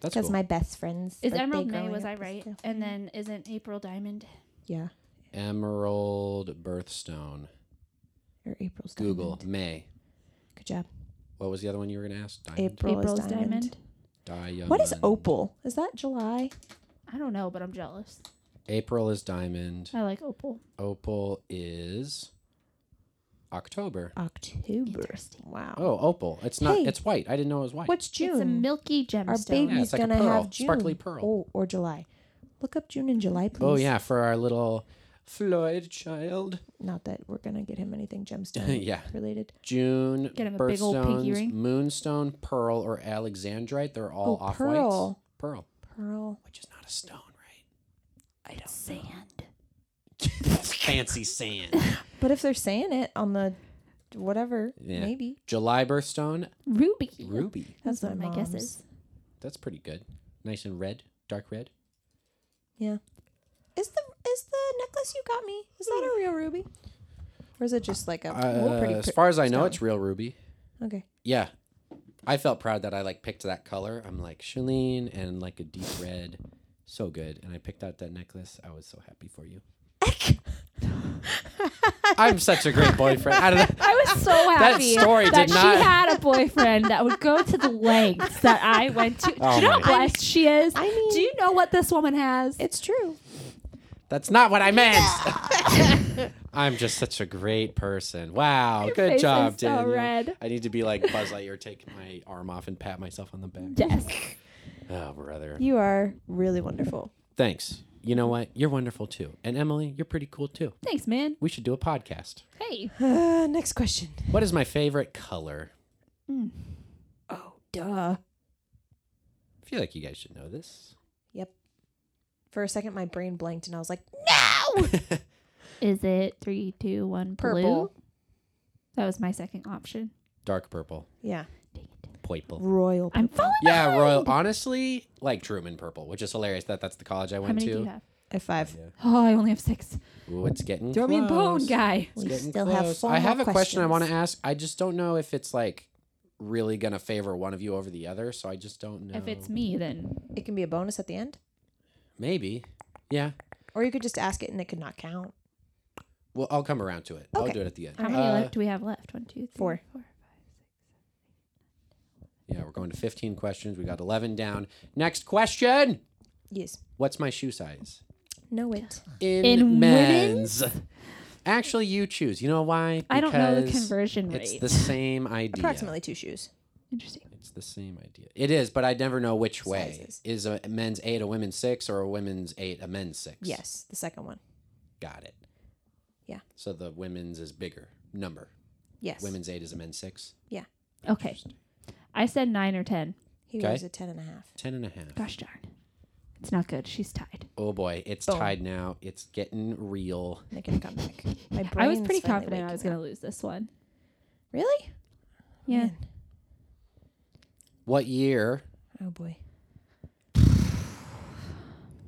Speaker 1: That's
Speaker 4: Because
Speaker 1: cool.
Speaker 4: my best friends.
Speaker 5: Is
Speaker 4: birthday
Speaker 5: Emerald May?
Speaker 4: growing
Speaker 5: Was
Speaker 4: up
Speaker 5: I
Speaker 4: is
Speaker 5: right?
Speaker 4: September.
Speaker 5: And then isn't April Diamond?
Speaker 4: Yeah,
Speaker 1: Emerald birthstone.
Speaker 4: or April's
Speaker 1: Google
Speaker 4: Diamond.
Speaker 1: May.
Speaker 4: Good job.
Speaker 1: What was the other one you were gonna ask? Diamond.
Speaker 4: April
Speaker 5: April's
Speaker 4: is diamond.
Speaker 5: Diamond.
Speaker 1: Diamond.
Speaker 4: What is opal? Is that July?
Speaker 5: I don't know, but I'm jealous.
Speaker 1: April is diamond.
Speaker 5: I like opal.
Speaker 1: Opal is October.
Speaker 4: October.
Speaker 5: Interesting.
Speaker 4: Wow.
Speaker 1: Oh, opal. It's not.
Speaker 4: Hey.
Speaker 1: It's white. I didn't know it was white.
Speaker 4: What's June?
Speaker 5: It's a milky
Speaker 4: Our
Speaker 5: gemstone.
Speaker 4: baby's
Speaker 1: Yeah, it's like a
Speaker 4: gonna
Speaker 1: pearl,
Speaker 4: have June.
Speaker 1: sparkly pearl.
Speaker 4: Oh, or July. Look up June and July, please.
Speaker 1: oh yeah, for our little Floyd child.
Speaker 4: Not that we're gonna get him anything gemstone
Speaker 1: [LAUGHS] yeah.
Speaker 4: related.
Speaker 1: June
Speaker 5: Get him a big old pinky
Speaker 1: birthstones,
Speaker 5: ring.
Speaker 1: moonstone, pearl, or alexandrite. They're all
Speaker 4: Oh,
Speaker 1: off whites.
Speaker 4: pearl.
Speaker 1: Pearl,
Speaker 4: Pearl.
Speaker 1: which is not a stone, right?
Speaker 4: I don't.
Speaker 5: sand.
Speaker 1: Fancy sand.
Speaker 4: But if they're saying it on the whatever,
Speaker 1: Yeah.
Speaker 4: maybe
Speaker 1: July birthstone,
Speaker 5: Ruby.
Speaker 1: ruby.
Speaker 4: that's,
Speaker 5: One of
Speaker 4: my
Speaker 5: my
Speaker 4: mom's.
Speaker 5: guesses.
Speaker 1: That's pretty good. Nice and red, dark red.
Speaker 4: Yeah. Is the is the necklace you got me? Is that a real ruby? Or is it just like a well,
Speaker 1: Uh,
Speaker 4: pretty?
Speaker 1: as
Speaker 4: pr-
Speaker 1: far as I know,
Speaker 4: stone.
Speaker 1: it's real ruby.
Speaker 4: okay.
Speaker 1: Yeah. I felt proud that I like picked that color. I'm like Shalene and like a deep red. So good. And I picked out that necklace. I was so happy for
Speaker 5: [LAUGHS]
Speaker 1: you. I'm such a great boyfriend. I don't know.
Speaker 5: I was so happy
Speaker 1: story did
Speaker 5: that
Speaker 1: not-
Speaker 5: she had a boyfriend that would go to the lengths that I
Speaker 1: [LAUGHS]
Speaker 5: went to.
Speaker 1: Oh
Speaker 5: do you know how
Speaker 1: my-
Speaker 5: blessed she is?
Speaker 4: I mean-
Speaker 5: do you know what this woman has?
Speaker 4: It's true.
Speaker 1: That's not what I meant. [LAUGHS] I'm just such a great person. Wow. good
Speaker 5: face is
Speaker 1: job,
Speaker 5: so
Speaker 1: Daniel.
Speaker 5: red.
Speaker 1: I need to be like Buzz Lightyear, take my arm off and pat myself on the back.
Speaker 5: Yes. [LAUGHS]
Speaker 1: Oh, brother.
Speaker 4: You are really wonderful. [SIGHS]
Speaker 1: Thanks. You know what? You're wonderful too. And Emily, you're pretty cool too.
Speaker 5: Thanks, man.
Speaker 1: We should do a podcast.
Speaker 5: Hey.
Speaker 4: Uh, next question.
Speaker 1: What is my favorite color?
Speaker 5: Hmm.
Speaker 4: Oh, duh.
Speaker 1: I feel like you guys should know this.
Speaker 4: [LAUGHS] Yep. For a second, my brain blanked, and I was like, "No."
Speaker 5: Is it three, two, one, blue?
Speaker 4: Purple.
Speaker 5: That was my second option.
Speaker 1: Dark purple.
Speaker 4: Yeah.
Speaker 1: Purple.
Speaker 4: Royal.
Speaker 5: I'm following.
Speaker 1: Yeah, royal. Honestly, like Truman purple, which is hilarious that that's the college I
Speaker 5: How
Speaker 1: went
Speaker 5: many do you
Speaker 1: to.
Speaker 5: have?
Speaker 4: F five.
Speaker 5: Oh, I only have six.
Speaker 1: Ooh, it's getting
Speaker 5: Throw me a bone,
Speaker 1: close.
Speaker 5: guy.
Speaker 1: It's
Speaker 4: We
Speaker 1: getting
Speaker 4: still have
Speaker 1: close.
Speaker 4: four
Speaker 1: I have a
Speaker 4: more
Speaker 1: question I want to ask.
Speaker 4: questions.
Speaker 1: I just don't know if it's like really gonna favor one of you over the other, so I just don't know.
Speaker 5: If it's me, then
Speaker 4: It can be a bonus at the end,
Speaker 1: maybe. Yeah.
Speaker 4: or you could just ask it and it could not count.
Speaker 1: Well, I'll come around to it. I'll
Speaker 4: Okay.
Speaker 1: do it at the end.
Speaker 5: how many
Speaker 1: Uh,
Speaker 5: left do we have left? One, two, three,
Speaker 4: Four.
Speaker 5: four.
Speaker 1: Yeah, we're going to 15 questions. We got 11 down. Next question.
Speaker 4: Yes.
Speaker 1: What's my shoe size?
Speaker 4: Know it.
Speaker 1: In,
Speaker 5: In
Speaker 1: men's. Actually, you choose. You know why?
Speaker 5: I don't know the
Speaker 1: Because
Speaker 5: conversion
Speaker 1: It's
Speaker 5: rate.
Speaker 1: the same [LAUGHS] idea.
Speaker 4: Approximately two shoes.
Speaker 5: Interesting.
Speaker 1: It's the same idea. It is, but I never know which way.
Speaker 4: Sizes.
Speaker 1: Is a men's eight a women's six or a women's eight a men's six?
Speaker 4: Yes, the second one.
Speaker 1: Got it.
Speaker 4: Yeah.
Speaker 1: So the women's is bigger number.
Speaker 4: Yes.
Speaker 1: Women's eight is a men's six.
Speaker 5: Okay. I said nine or ten.
Speaker 4: He
Speaker 1: Okay.
Speaker 4: was a ten and a half.
Speaker 1: Ten and a half.
Speaker 5: Gosh darn. It's not good. She's tied.
Speaker 1: Oh boy, it's
Speaker 4: Boom.
Speaker 1: tied now. It's getting real.
Speaker 4: Making
Speaker 5: [LAUGHS]
Speaker 4: a comeback. My brain
Speaker 5: I was pretty confident I was going to lose this one.
Speaker 4: Really?
Speaker 5: Yeah.
Speaker 4: Man.
Speaker 1: What year? [LAUGHS]
Speaker 4: Oh boy. [SIGHS]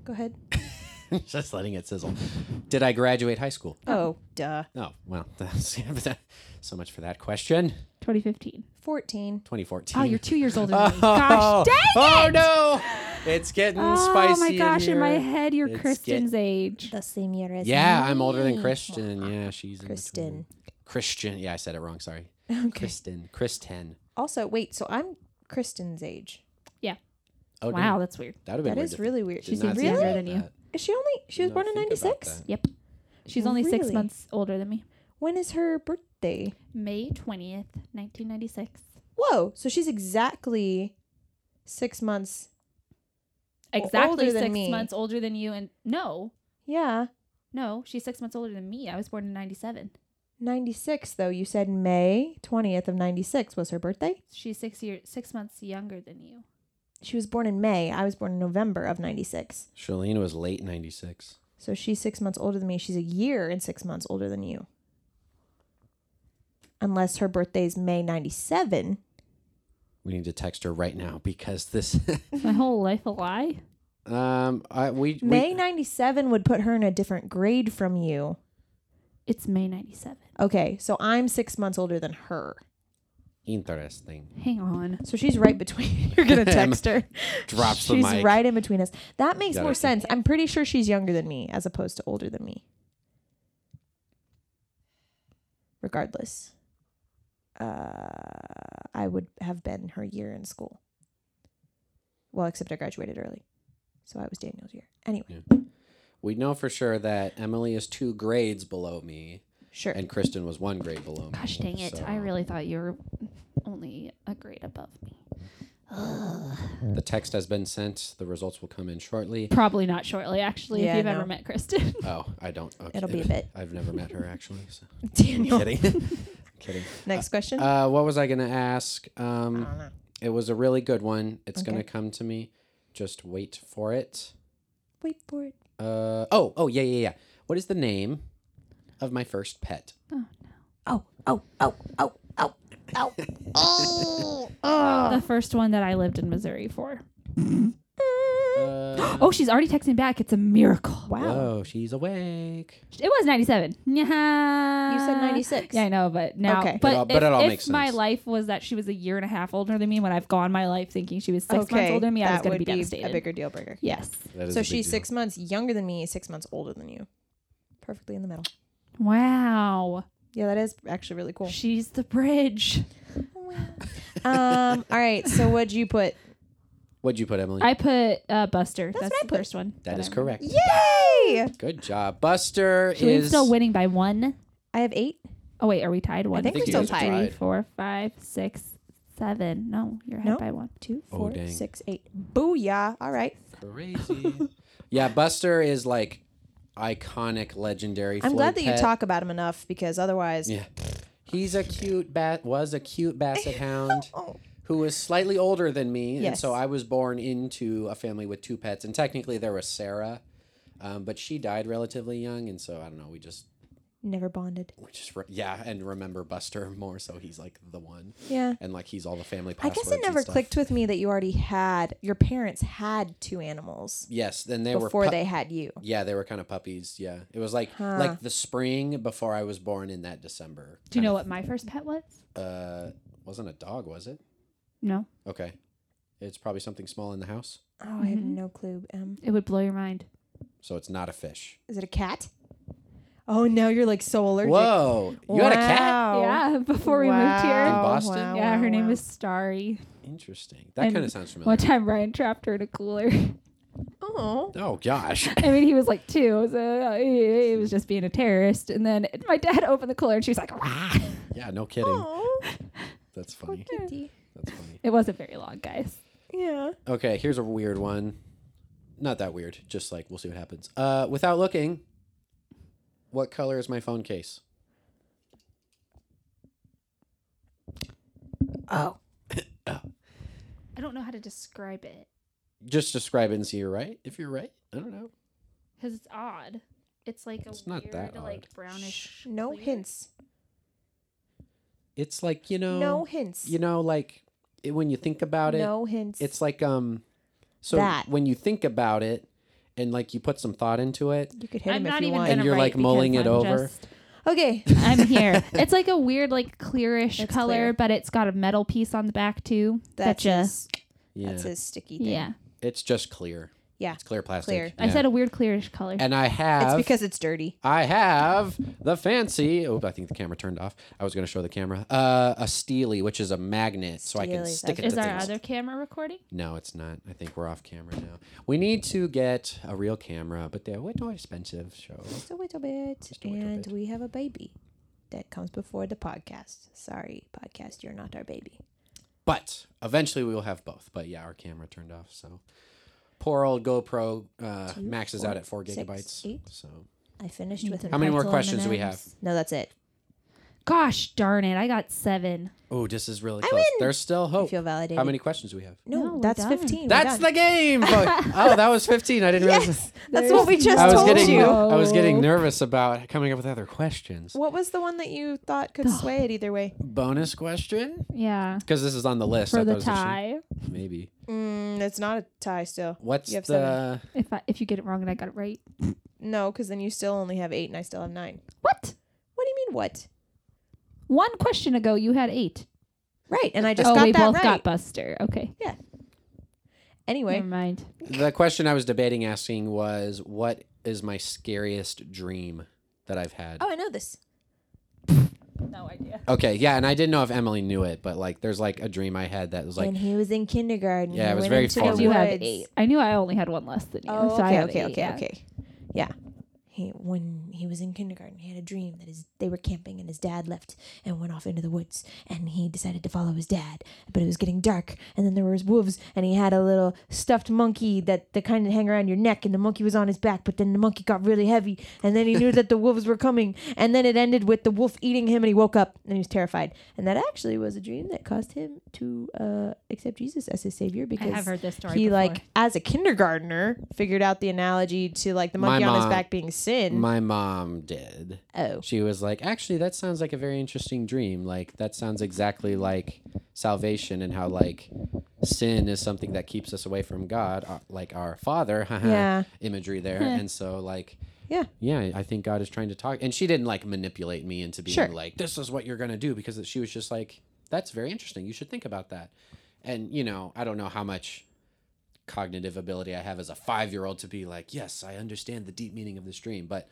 Speaker 4: Go ahead.
Speaker 1: Just letting it sizzle. Did I graduate high school?
Speaker 4: Oh, duh.
Speaker 1: Oh, well, [LAUGHS] that's, so much for that question.
Speaker 5: 2015.
Speaker 4: 14.
Speaker 1: 2014. [LAUGHS]
Speaker 5: Oh, you're two years older than
Speaker 1: Oh,
Speaker 5: me. Gosh dang
Speaker 1: oh,
Speaker 5: it!
Speaker 1: no. It's getting
Speaker 5: Oh
Speaker 1: spicy.
Speaker 5: my gosh, in,
Speaker 1: here.
Speaker 5: my head, you're
Speaker 1: It's
Speaker 5: Kristen's age.
Speaker 4: The same year as
Speaker 1: Yeah, I'm older than Christian. Yeah, she's in
Speaker 4: Kristen.
Speaker 1: between. Christian. Yeah, I said it wrong. Sorry.
Speaker 4: [LAUGHS] Okay.
Speaker 1: Kristen. Kristen.
Speaker 4: Also, wait, so I'm Kristen's age.
Speaker 1: Oh,
Speaker 5: wow,
Speaker 1: That
Speaker 5: that's weird.
Speaker 1: would have been
Speaker 4: That
Speaker 1: weird
Speaker 4: is
Speaker 1: to think-
Speaker 4: really
Speaker 1: did
Speaker 4: weird.
Speaker 5: She
Speaker 1: not
Speaker 5: seems
Speaker 1: think
Speaker 5: younger
Speaker 1: about
Speaker 5: than you.
Speaker 1: that.
Speaker 4: Is she only she was
Speaker 1: Did
Speaker 4: born
Speaker 1: not
Speaker 4: in
Speaker 1: think about
Speaker 4: 96?
Speaker 1: that.
Speaker 5: Yep. She's only six
Speaker 4: Oh, Really?
Speaker 5: months older than me.
Speaker 4: When is her birthday?
Speaker 5: May 20th, 1996.
Speaker 4: Whoa, so she's exactly 6 months. Well,
Speaker 5: Exactly
Speaker 4: older than
Speaker 5: six
Speaker 4: me.
Speaker 5: months older than you. And no,
Speaker 4: Yeah,
Speaker 5: no, she's six months older than me. I was born in 97.
Speaker 4: 96 though. You said May 20th of 96 was her birthday?
Speaker 5: She's six year, six months younger than you.
Speaker 4: She was born in May. I was born in November of 96.
Speaker 1: Shalene was late 96.
Speaker 4: So she's six months older than me. She's a year and six months older than you. Unless her birthday's May 97.
Speaker 1: We need to text her right now because this. [LAUGHS]
Speaker 5: Is my whole life a lie?
Speaker 1: um, I, we, we-
Speaker 4: May 97 would put her in a different grade from you.
Speaker 5: It's May 97.
Speaker 4: Okay, so I'm six months older than her.
Speaker 1: Interesting.
Speaker 5: Hang on.
Speaker 4: So she's right between. [LAUGHS] You're going to text her.
Speaker 1: Drops the
Speaker 4: she's
Speaker 1: mic.
Speaker 4: right in between us. That makes
Speaker 1: Gotta
Speaker 4: more
Speaker 1: keep-
Speaker 4: sense. I'm pretty sure she's younger than me as opposed to older than me. Regardless, uh, I would have been her year in school. Well, except I graduated early. So I was Daniel's year. Anyway,
Speaker 1: We know for sure that Emily is two grades below me,
Speaker 4: sure.
Speaker 1: and Kristen was one grade below me.
Speaker 5: Gosh dang it.
Speaker 1: so
Speaker 5: I really thought you were only a grade above me.
Speaker 1: The text has been sent. The results will come in shortly.
Speaker 5: Probably not shortly, actually,
Speaker 4: Yeah,
Speaker 5: if you've
Speaker 4: no.
Speaker 5: ever met Kristen.
Speaker 1: Oh, I don't. Okay.
Speaker 4: It'll be a bit.
Speaker 1: I've never met her actually.
Speaker 4: [LAUGHS]
Speaker 1: So.
Speaker 4: [LAUGHS] Daniel.
Speaker 1: Kidding. [LAUGHS] kidding.
Speaker 4: Next question.
Speaker 1: Uh, what was I going to ask? Um, it was a really good one. It's going to come to me. Just wait for it.
Speaker 4: Wait for it.
Speaker 1: Uh, oh, oh, yeah, yeah, yeah. What is the name of my first
Speaker 4: [GASPS]
Speaker 1: pet?
Speaker 4: Oh, oh, oh, oh, oh, oh.
Speaker 5: [LAUGHS]
Speaker 1: [LAUGHS]
Speaker 5: the first one that I lived in Missouri [LAUGHS] for.
Speaker 1: Uh,
Speaker 5: Oh, she's already texting back. It's a miracle.
Speaker 4: Wow.
Speaker 1: whoa, she's awake.
Speaker 5: It was 97. Yeah.
Speaker 4: You said
Speaker 5: [LAUGHS]
Speaker 4: 96.
Speaker 5: Yeah, I know, but now,
Speaker 4: Okay.
Speaker 5: but,
Speaker 1: It all- but
Speaker 5: if,
Speaker 1: it all
Speaker 5: if
Speaker 1: makes
Speaker 5: my
Speaker 1: sense.
Speaker 5: life was that she was a year and a half older than me, when I've gone my life thinking she was six months older than me, I was going
Speaker 4: that
Speaker 5: to
Speaker 4: would
Speaker 5: be devastated.
Speaker 4: a bigger deal breaker.
Speaker 5: yes.
Speaker 1: That is
Speaker 4: So
Speaker 1: a big
Speaker 4: she's
Speaker 1: deal.
Speaker 4: six months younger than me, six months older than you. Perfectly in the middle.
Speaker 5: Wow.
Speaker 4: Yeah, that is actually really cool.
Speaker 5: She's the bridge.
Speaker 4: um, all right. So what'd you put?
Speaker 1: What'd you put, Emily?
Speaker 5: I put uh, Buster. That's,
Speaker 4: what I
Speaker 5: the
Speaker 4: put.
Speaker 5: first one.
Speaker 1: that is
Speaker 5: I-
Speaker 1: correct.
Speaker 4: Yay!
Speaker 1: Good job. Buster
Speaker 5: So we're
Speaker 1: is
Speaker 5: still winning by one.
Speaker 4: I have eight.
Speaker 5: Oh wait, are we tied? One,
Speaker 4: think
Speaker 1: I think
Speaker 4: we're
Speaker 1: you
Speaker 4: still
Speaker 1: guys are
Speaker 4: tied.
Speaker 5: three, four, five, six, seven. No, you're ahead
Speaker 4: No.
Speaker 5: by one.
Speaker 4: Two,
Speaker 1: Oh,
Speaker 4: four,
Speaker 1: dang.
Speaker 4: six, eight. Booyah. All right.
Speaker 1: Crazy. [LAUGHS] yeah, Buster is like iconic, legendary.
Speaker 4: I'm glad that you
Speaker 1: pet.
Speaker 4: talk about him enough because otherwise.
Speaker 1: Yeah. He's a cute bat was a cute basset hound
Speaker 4: Oh,
Speaker 1: who was slightly older than me. And so
Speaker 4: Yes.
Speaker 1: I was born into a family with two pets. And technically there was Sarah. Um, but she died relatively young, and so I don't know, we just
Speaker 3: never bonded.
Speaker 1: Which is re- yeah, and remember Buster [LAUGHS] more, so he's like the one,
Speaker 3: Yeah.
Speaker 1: and like he's all the family.
Speaker 3: I
Speaker 1: Passwords
Speaker 3: guess it
Speaker 1: and
Speaker 3: never
Speaker 1: stuff.
Speaker 3: clicked with me that you already had your parents had two animals
Speaker 1: Yes, then they were
Speaker 3: before
Speaker 1: pu-
Speaker 3: they had you.
Speaker 1: Yeah, they were kind of puppies. Yeah, it was like
Speaker 3: Huh.
Speaker 1: like the spring before I was born in that December.
Speaker 5: Do you know
Speaker 1: kind
Speaker 5: what my first pet was?
Speaker 1: of- Uh, wasn't a dog, was it?
Speaker 5: No.
Speaker 1: Okay, it's probably something small in the house,
Speaker 3: Oh, I have
Speaker 5: Mhm.
Speaker 3: no clue. Um,
Speaker 5: It would blow your mind.
Speaker 1: so it's not a fish.
Speaker 3: is it a cat?
Speaker 4: Oh, now you're like so allergic.
Speaker 1: Whoa, you had a cat
Speaker 3: Wow.
Speaker 5: Yeah, [LAUGHS] before we moved here.
Speaker 1: In Boston?
Speaker 4: Oh. wow,
Speaker 5: yeah, her
Speaker 4: wow,
Speaker 5: name
Speaker 4: wow.
Speaker 5: was Starry.
Speaker 1: Interesting. That
Speaker 5: And
Speaker 1: kind of sounds familiar.
Speaker 5: One time Ryan trapped her in a cooler. [LAUGHS]
Speaker 4: Oh.
Speaker 1: Oh gosh.
Speaker 5: I mean, he was like two, so uh, he he was just being a terrorist. And then my dad opened the cooler and she was like,
Speaker 1: [LAUGHS]
Speaker 5: Wah!
Speaker 1: Yeah, no kidding.
Speaker 5: Oh,
Speaker 1: That's
Speaker 5: [LAUGHS]
Speaker 1: funny.
Speaker 3: Kitty.
Speaker 1: That's funny.
Speaker 5: It wasn't very long, guys.
Speaker 4: Yeah.
Speaker 1: Okay, here's a weird one. Not that weird. Just like we'll see what happens. Uh, without looking, what color is my phone case?
Speaker 3: Oh.
Speaker 5: I don't know how to describe it
Speaker 1: Just describe it and see you're right. If you're right, I don't know.
Speaker 5: because it's odd. It's like a
Speaker 1: It's not weird, that like, odd.
Speaker 5: brownish.
Speaker 3: No hints.
Speaker 1: It's like you know,
Speaker 3: No hints.
Speaker 1: you know, like it, when you think about it,
Speaker 3: no hints.
Speaker 1: it's like um. So
Speaker 3: That.
Speaker 1: when you think about it, and like you put some thought into it,
Speaker 3: you could hit
Speaker 5: I'm
Speaker 3: him if
Speaker 5: not
Speaker 3: you
Speaker 5: even
Speaker 3: want.
Speaker 5: gonna
Speaker 1: And you're,
Speaker 5: write
Speaker 1: like, mulling
Speaker 5: because
Speaker 1: it
Speaker 5: I'm
Speaker 1: over. [LAUGHS]
Speaker 5: just-
Speaker 3: Okay.
Speaker 5: I'm here. it's like a weird, like clearish
Speaker 3: It's
Speaker 5: color,
Speaker 3: clear.
Speaker 5: but it's got a metal piece on the back too.
Speaker 3: That's E
Speaker 5: ya-
Speaker 3: his,
Speaker 1: yeah,
Speaker 3: that's his sticky thing.
Speaker 5: yeah.
Speaker 1: it's just clear.
Speaker 3: Yeah,
Speaker 1: it's clear plastic.
Speaker 3: clear.
Speaker 5: I
Speaker 1: Yeah.
Speaker 5: said a weird clearish color.
Speaker 1: and I have
Speaker 3: It's because it's dirty.
Speaker 1: I have the fancy. Oh, I think the camera turned off. I was going to show the camera. Uh, a Steely, which is a magnet, so I can
Speaker 3: Steelies,
Speaker 1: stick
Speaker 3: I
Speaker 1: it
Speaker 5: Is
Speaker 1: to
Speaker 5: our
Speaker 1: things.
Speaker 5: other camera recording?
Speaker 1: no, it's not. I think we're off camera now. We need to get a real camera, but they're way too expensive. So
Speaker 3: Just a little bit.
Speaker 1: a little
Speaker 3: and
Speaker 1: bit.
Speaker 3: we have a baby that comes before the podcast. Sorry, podcast, you're not our baby.
Speaker 1: But eventually we will have both. But yeah, our camera turned off. So poor old GoPro uh,
Speaker 3: Two,
Speaker 1: maxes
Speaker 3: four,
Speaker 1: out at four
Speaker 3: six,
Speaker 1: gigabytes.
Speaker 3: eight.
Speaker 1: So
Speaker 3: I finished
Speaker 5: Mm.
Speaker 3: with him.
Speaker 1: How many more
Speaker 5: Pretzel
Speaker 1: questions do we
Speaker 5: M&Ms.
Speaker 3: No, that's it.
Speaker 5: Gosh darn it! I got seven.
Speaker 1: oh, this is really
Speaker 3: I
Speaker 1: close.
Speaker 3: win.
Speaker 1: There's still
Speaker 3: I
Speaker 1: hope.
Speaker 3: feel validated.
Speaker 1: Oh, How many questions do we have?
Speaker 5: No,
Speaker 3: No,
Speaker 5: we're
Speaker 3: that's
Speaker 5: done.
Speaker 3: 15. We're
Speaker 1: That's
Speaker 3: done. [LAUGHS]
Speaker 1: the game. folks. oh, that was 15. I didn't realize.
Speaker 3: Yes, that's what we
Speaker 5: There's
Speaker 3: just
Speaker 1: I was
Speaker 3: told
Speaker 1: getting
Speaker 3: you.
Speaker 1: I was getting
Speaker 5: No.
Speaker 1: nervous about coming up with other questions.
Speaker 4: What was the one that you thought could sway it either way?
Speaker 1: Bonus question?
Speaker 5: Yeah.
Speaker 1: Because this is on the list.
Speaker 5: For
Speaker 1: I
Speaker 5: the
Speaker 1: thought it was interesting.
Speaker 5: tie,
Speaker 1: Maybe.
Speaker 4: Mm, it's not a tie still.
Speaker 1: What's
Speaker 4: You have
Speaker 1: the
Speaker 5: if I, if you get it wrong and I got it right,
Speaker 4: No, because then you still only have eight and I still have nine.
Speaker 5: what?
Speaker 4: What do you mean, what?
Speaker 5: One question ago, you had eight.
Speaker 4: Right.
Speaker 3: And I just
Speaker 5: oh,
Speaker 3: got
Speaker 5: we
Speaker 3: that
Speaker 5: both Hmm.
Speaker 3: right.
Speaker 5: got Buster. Okay,
Speaker 4: Anyway,
Speaker 5: never mind.
Speaker 1: the question I was debating asking was what is my scariest dream that I've had?
Speaker 3: Oh, I know this.
Speaker 5: No idea.
Speaker 1: Okay, yeah, and I didn't know if Emily knew it, but like there's like a dream I had that was like
Speaker 3: when he was in kindergarten,
Speaker 1: Yeah,
Speaker 3: he
Speaker 1: it was
Speaker 3: went
Speaker 1: very
Speaker 3: into the
Speaker 1: formal.
Speaker 5: You have
Speaker 3: woods.
Speaker 5: eight. I knew I only had one less than you.
Speaker 4: Oh,
Speaker 5: so I
Speaker 4: okay,
Speaker 5: have
Speaker 4: okay,
Speaker 5: eight,
Speaker 4: okay,
Speaker 5: yeah.
Speaker 4: okay.
Speaker 3: He when he was in kindergarten, he had a dream that his they were camping and his dad left and went off into the woods, and he decided to follow his dad. But it was getting dark, and then there was wolves, and he had a little stuffed monkey that the kind that hang around your neck, and the monkey was on his back. But then the monkey got really heavy, and then he knew
Speaker 5: [LAUGHS]
Speaker 3: that the wolves were coming, and then it ended with the wolf eating him, and he woke up and he was terrified. And that actually was a dream that caused him to uh, accept Jesus as his savior
Speaker 5: I
Speaker 3: because
Speaker 5: have heard this story.
Speaker 4: he
Speaker 5: before.
Speaker 4: like as a kindergartner figured out the analogy to like the
Speaker 1: My
Speaker 4: monkey on his
Speaker 1: mom-
Speaker 4: back being sin.
Speaker 1: my mom did.
Speaker 3: oh
Speaker 1: She was like, actually, that sounds like a very interesting dream. Like, that sounds exactly like salvation and how, like, sin is something that keeps us away from God, uh, like our Father [LAUGHS]
Speaker 4: Yeah.
Speaker 1: imagery there. and so, like,
Speaker 4: Hmm. Yeah.
Speaker 1: Yeah, I think God is trying to talk. And she didn't, like, manipulate me into being
Speaker 4: Sure.
Speaker 1: like, this is what you're going to do because she was just like, that's very interesting. You should think about that. And, you know, I don't know how much cognitive ability I have as a five year old to be like, yes, I understand the deep meaning of this dream. But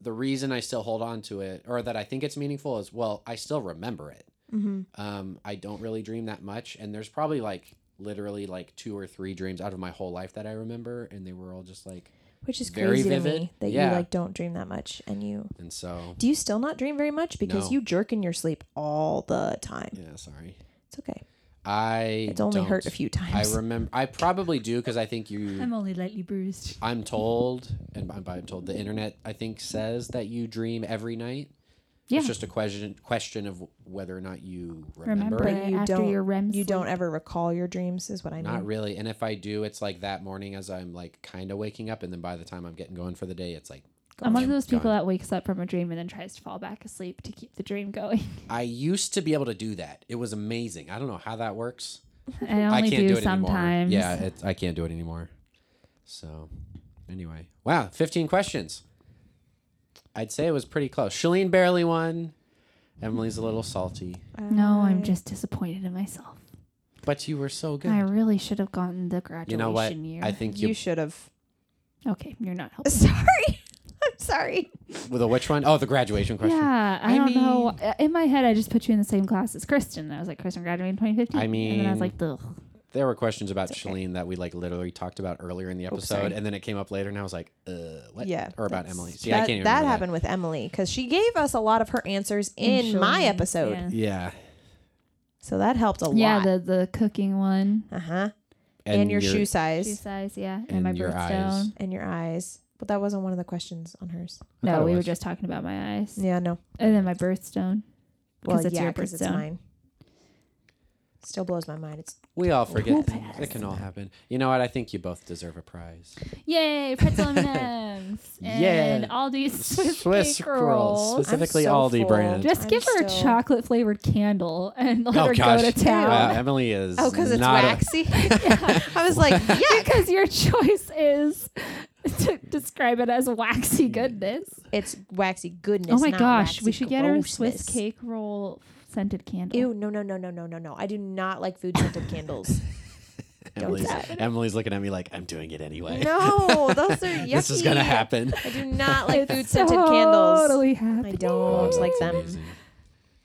Speaker 1: the reason I still hold on to it or that I think it's meaningful is, well, I still remember it.
Speaker 5: Mm-hmm.
Speaker 1: Um, I don't really dream that much. And there's probably like literally like two or three dreams out of my whole life that I remember. And they were all just like,
Speaker 3: Which is
Speaker 1: very
Speaker 3: crazy to
Speaker 1: vivid.
Speaker 3: me that
Speaker 1: Yeah.
Speaker 3: you like don't dream that much and you
Speaker 1: and so,
Speaker 4: Do you still not dream very much? Because
Speaker 1: No.
Speaker 4: you jerk in your sleep all the time.
Speaker 1: yeah, sorry.
Speaker 3: it's okay.
Speaker 1: I
Speaker 3: It's only hurt a
Speaker 1: don't.
Speaker 3: few
Speaker 1: I
Speaker 3: times.
Speaker 1: remember. I probably do because I think you.
Speaker 5: I'm only lightly bruised.
Speaker 1: I'm told, and by- by I'm told, the internet I think says that you dream every night.
Speaker 5: Yeah.
Speaker 1: It's just a question question of whether or not you remember,
Speaker 5: Remember
Speaker 1: it.
Speaker 5: it.
Speaker 4: But you
Speaker 5: after
Speaker 4: don't
Speaker 5: your REM
Speaker 4: [LAUGHS] you don't
Speaker 5: sleep.
Speaker 4: ever recall your dreams is what I mean.
Speaker 1: Not really. And if I do, it's like that morning as I'm like kind of waking up, and then by the time I'm getting going for the day, it's like
Speaker 5: I'm one of those people
Speaker 1: Gone.
Speaker 5: that wakes up from a dream and then tries to fall back asleep to keep the dream going.
Speaker 1: I used to be able to do that. It was amazing. I don't know how that works.
Speaker 5: I only
Speaker 1: I can't do, it
Speaker 5: sometimes.
Speaker 1: anymore. Yeah, it's I can't do it anymore. So, anyway, wow, 15 questions. I'd say it was pretty close. Shalene barely won. Emily's a little salty,
Speaker 5: No, I'm just disappointed in myself.
Speaker 1: but you were so good.
Speaker 5: I really should have gotten the graduation
Speaker 1: you know what?
Speaker 5: year.
Speaker 1: I think
Speaker 4: You
Speaker 1: you.
Speaker 4: should have. [LAUGHS]
Speaker 5: okay, you're not helping.
Speaker 4: Sorry. [LAUGHS] I'm sorry.
Speaker 1: with a which one? Oh, the graduation question.
Speaker 5: Yeah, I,
Speaker 4: I
Speaker 5: don't know. Uh, In my head, I just put you in the same class as Kristen. And I was like, Kristen graduated in 2015.
Speaker 1: I
Speaker 5: and then I was
Speaker 1: mean-
Speaker 5: like, Ugh.
Speaker 1: There were questions about Shalene that we like literally talked about earlier in the episode,
Speaker 5: sorry.
Speaker 1: and then it came up later, and I was like, uh, what?
Speaker 4: Yeah,
Speaker 1: Or about
Speaker 4: that's-
Speaker 1: Emily. See,
Speaker 4: that,
Speaker 1: I can't even
Speaker 4: that
Speaker 1: remember
Speaker 4: happened with Emily because she gave us a lot of her answers in
Speaker 5: Shalene,
Speaker 4: my episode,
Speaker 1: Yeah.
Speaker 5: Yeah,
Speaker 4: so that helped a
Speaker 5: Yeah,
Speaker 4: lot.
Speaker 5: the the cooking one,
Speaker 4: uh huh. And, your, shoe size
Speaker 5: shoe size, yeah, and,
Speaker 1: And
Speaker 5: my
Speaker 1: your
Speaker 5: birthstone.
Speaker 1: eyes.
Speaker 4: and your eyes, but that wasn't one of the questions on hers.
Speaker 1: I thought
Speaker 5: No,
Speaker 1: it
Speaker 5: we were
Speaker 1: was.
Speaker 5: just talking about my eyes,
Speaker 4: Yeah, no.
Speaker 5: and then my birthstone.
Speaker 4: Well,
Speaker 5: it's
Speaker 4: yeah,
Speaker 5: your
Speaker 4: 'cause it's
Speaker 5: birthstone.
Speaker 4: mine. Still blows my mind. It's
Speaker 1: We all forget.
Speaker 5: passed?
Speaker 1: It can all happen. You know what? I think you both deserve a
Speaker 4: [LAUGHS]
Speaker 1: prize. [LAUGHS]
Speaker 5: Yay, pretzel M&Ms and
Speaker 1: Yeah.
Speaker 5: Aldi's Swiss, cake rolls.
Speaker 1: specifically
Speaker 4: so
Speaker 1: Aldi
Speaker 4: full.
Speaker 1: brand.
Speaker 5: Just
Speaker 4: I'm
Speaker 5: give her a
Speaker 4: still-
Speaker 5: chocolate flavored candle and let
Speaker 1: oh
Speaker 5: her
Speaker 1: gosh,
Speaker 5: go to town.
Speaker 1: Wow, Emily is.
Speaker 4: oh, because it's
Speaker 1: not a-
Speaker 5: [LAUGHS]
Speaker 4: [LAUGHS] waxy. I was [LAUGHS] like, yeah,
Speaker 5: because your choice is to describe it as waxy goodness.
Speaker 4: it's waxy goodness.
Speaker 5: Oh my
Speaker 4: not
Speaker 5: gosh, we
Speaker 4: waxy
Speaker 5: should get her Swiss
Speaker 4: grossness.
Speaker 5: cake roll scented candle.
Speaker 4: Ew, no, no, no, no, no, no, no. I do not like food scented candles.
Speaker 1: Emily's, Emily's looking at me [LAUGHS] like I'm doing it anyway.
Speaker 4: No,
Speaker 1: [LAUGHS]
Speaker 4: those are yucky.
Speaker 1: this is gonna happen.
Speaker 4: I do not like
Speaker 5: It's
Speaker 4: food scented candles.
Speaker 5: Totally happy.
Speaker 4: Oh, I
Speaker 1: Oh,
Speaker 4: don't like them.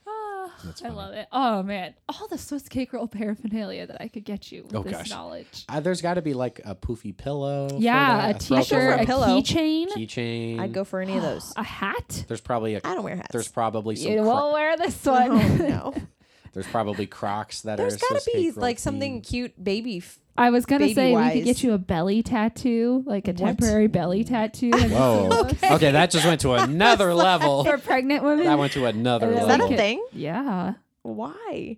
Speaker 5: Ah,
Speaker 1: That's
Speaker 5: I
Speaker 1: funny.
Speaker 5: love it. Oh man, all the Swiss cake roll paraphernalia that I could get you with
Speaker 1: Oh,
Speaker 5: this
Speaker 1: gosh.
Speaker 5: knowledge.
Speaker 1: Uh, there's got to be like a poofy pillow. for
Speaker 5: Yeah,
Speaker 1: that,
Speaker 5: a
Speaker 1: throw
Speaker 4: for
Speaker 5: t-shirt,
Speaker 4: a
Speaker 5: a
Speaker 4: pillow.
Speaker 5: keychain,
Speaker 1: pillow, keychain.
Speaker 4: I'd go
Speaker 5: [GASPS]
Speaker 4: for any of those.
Speaker 5: a hat.
Speaker 1: There's probably a.
Speaker 4: I don't wear hats.
Speaker 1: There's probably some.
Speaker 5: You
Speaker 1: cro-
Speaker 5: won't wear this
Speaker 4: [LAUGHS] Oh,
Speaker 1: [LAUGHS]
Speaker 5: one.
Speaker 4: no.
Speaker 1: there's
Speaker 4: [LAUGHS]
Speaker 1: probably Crocs that
Speaker 4: There's
Speaker 1: are.
Speaker 4: got
Speaker 1: Swiss
Speaker 4: to be
Speaker 1: cake roll
Speaker 4: like something
Speaker 1: themed.
Speaker 4: cute baby. F-
Speaker 5: [LAUGHS] I was gonna
Speaker 4: Baby
Speaker 5: say we
Speaker 4: wise.
Speaker 5: could get you a belly tattoo, like a
Speaker 4: What?
Speaker 5: temporary belly tattoo. Have you [LAUGHS] seen
Speaker 1: Whoa.
Speaker 5: those?
Speaker 1: okay. that just went
Speaker 4: [LAUGHS]
Speaker 1: to another level.
Speaker 5: [LAUGHS] for pregnant women.
Speaker 1: That went to another
Speaker 5: Is
Speaker 4: Is
Speaker 1: level.
Speaker 4: that a
Speaker 5: Okay.
Speaker 4: thing?
Speaker 5: yeah,
Speaker 4: Why?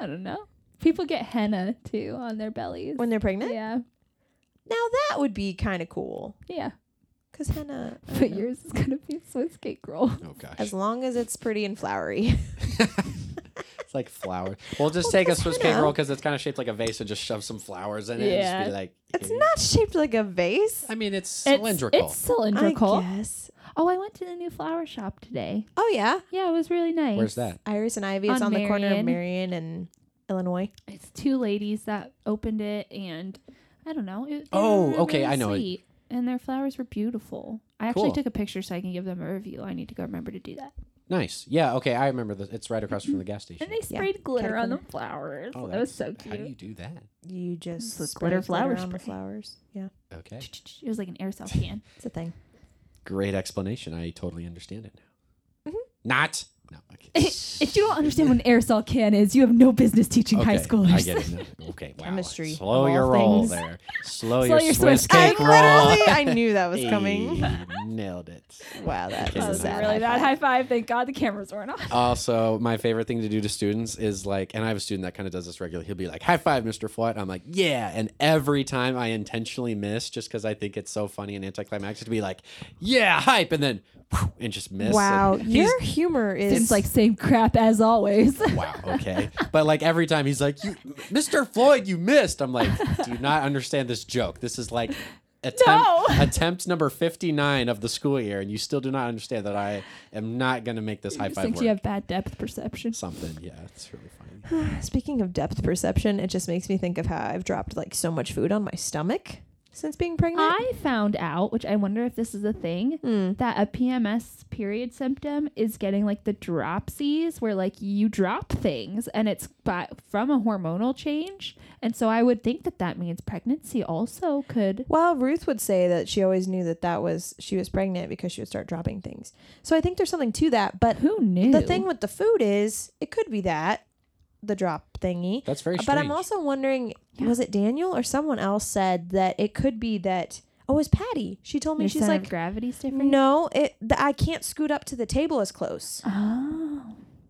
Speaker 5: I don't know. People get henna too on their bellies.
Speaker 4: When they're pregnant?
Speaker 5: yeah,
Speaker 4: Now that would be kind of cool.
Speaker 5: yeah.
Speaker 4: Cause henna. I don't
Speaker 5: But
Speaker 4: know.
Speaker 5: yours is gonna be a Swiss cake roll.
Speaker 1: [LAUGHS] Oh gosh.
Speaker 4: As long as it's pretty and flowery. [LAUGHS]
Speaker 1: It's like flowers. We'll just take a Swiss cake
Speaker 4: henna.
Speaker 1: roll because it's kind of shaped like a vase and just shove some flowers in it and just
Speaker 5: Yeah.
Speaker 1: be like,
Speaker 4: it's
Speaker 1: "Here."
Speaker 4: not shaped like a vase.
Speaker 1: I mean, it's,
Speaker 5: It's-
Speaker 1: cylindrical.
Speaker 5: It's cylindrical.
Speaker 4: I guess.
Speaker 5: Oh, I went to the new flower shop today.
Speaker 4: Oh yeah.
Speaker 5: Yeah, it was really nice.
Speaker 1: Where's that?
Speaker 4: Iris and Ivy. It's on,
Speaker 5: On
Speaker 4: the corner of
Speaker 5: Marion.
Speaker 4: Marion and Illinois.
Speaker 5: It's two ladies that opened it, and I don't know. It, they
Speaker 1: Oh,
Speaker 5: were
Speaker 1: okay,
Speaker 5: really
Speaker 1: I know it.
Speaker 5: sweet, And their flowers were beautiful. I actually
Speaker 1: Cool.
Speaker 5: took a picture so I can give them a review. I need to go remember to do that.
Speaker 1: Nice. Yeah. Okay. I remember this. It's right across from the gas station.
Speaker 5: And they sprayed glitter on the
Speaker 4: caterpillar.
Speaker 5: flowers.
Speaker 1: Oh,
Speaker 5: that was so
Speaker 1: that's- How do you
Speaker 5: cute.
Speaker 1: do that?
Speaker 4: You just
Speaker 5: With
Speaker 4: spray
Speaker 5: glitter flower
Speaker 4: on
Speaker 5: spray.
Speaker 4: the flowers. Yeah,
Speaker 1: Okay.
Speaker 5: It was like an aerosol can.
Speaker 4: it's a thing.
Speaker 1: Great explanation. I totally understand it now. Not. No. Okay.
Speaker 5: if you don't understand what an aerosol can is, you have no business teaching [LAUGHS] high
Speaker 1: Okay,
Speaker 5: schoolers.
Speaker 1: I
Speaker 5: [LAUGHS]
Speaker 1: get it. now. Okay. Wow.
Speaker 4: Chemistry,
Speaker 1: Slow
Speaker 4: of
Speaker 1: your
Speaker 4: all
Speaker 1: roll
Speaker 4: things.
Speaker 1: there. Slow,
Speaker 5: Slow
Speaker 1: your,
Speaker 5: your
Speaker 1: Swiss
Speaker 5: Swiss
Speaker 1: cake roll.
Speaker 4: [LAUGHS] I knew that was [LAUGHS] coming.
Speaker 1: Hey, nailed it.
Speaker 4: Wow, that
Speaker 1: That
Speaker 4: was a
Speaker 1: was
Speaker 4: sad.
Speaker 5: really
Speaker 4: high
Speaker 5: bad
Speaker 4: five.
Speaker 5: high five. Thank God the cameras weren't on.
Speaker 1: Also, my favorite thing to do to students is like, and I have a student that kind of does this regularly. He'll be like, "High five, Mr. Flight." I'm like, "Yeah," and every time I intentionally miss, just because I think it's so funny and anticlimactic, to be like, "Yeah, hype," and then whew, and just miss.
Speaker 4: Wow,
Speaker 1: And he's-
Speaker 4: your humor is
Speaker 5: It's like same crap as always.
Speaker 1: [LAUGHS] wow, okay. But like every time he's like, "You, Mr. Floyd, you missed." I'm like, "Do not understand this joke. This is like." Attempt,
Speaker 5: No.
Speaker 1: attempt number 59 of the school year and you still do not understand that i am not going to make this high
Speaker 5: [LAUGHS] Just
Speaker 1: five
Speaker 5: think
Speaker 1: work.
Speaker 5: you have bad depth perception.
Speaker 1: something yeah it's really funny
Speaker 4: Speaking of depth perception, it just makes me think of how I've dropped like so much food on my stomach since being pregnant.
Speaker 5: [LAUGHS] I found out, which I wonder if this is a thing,
Speaker 4: Hmm.
Speaker 5: that a PMS period symptom is getting like the dropsies where like you drop things and it's by, from a hormonal change. And so I would think that that means pregnancy also could.
Speaker 4: well, Ruth would say that she always knew that that was she was pregnant because she would start dropping things. So I think there's something to that. But
Speaker 5: Who knew?
Speaker 4: the thing with the food is it could be that the drop thingy.
Speaker 1: That's very
Speaker 4: But I'm
Speaker 1: strange.
Speaker 4: also wondering, was it Daniel or someone else said that it could be that? Oh, it was Patty? She told me
Speaker 5: Your
Speaker 4: she's
Speaker 5: center of
Speaker 4: like,
Speaker 5: gravity's different. Uh-huh.
Speaker 4: no, it. The, I can't scoot up to the table as close.
Speaker 5: Oh.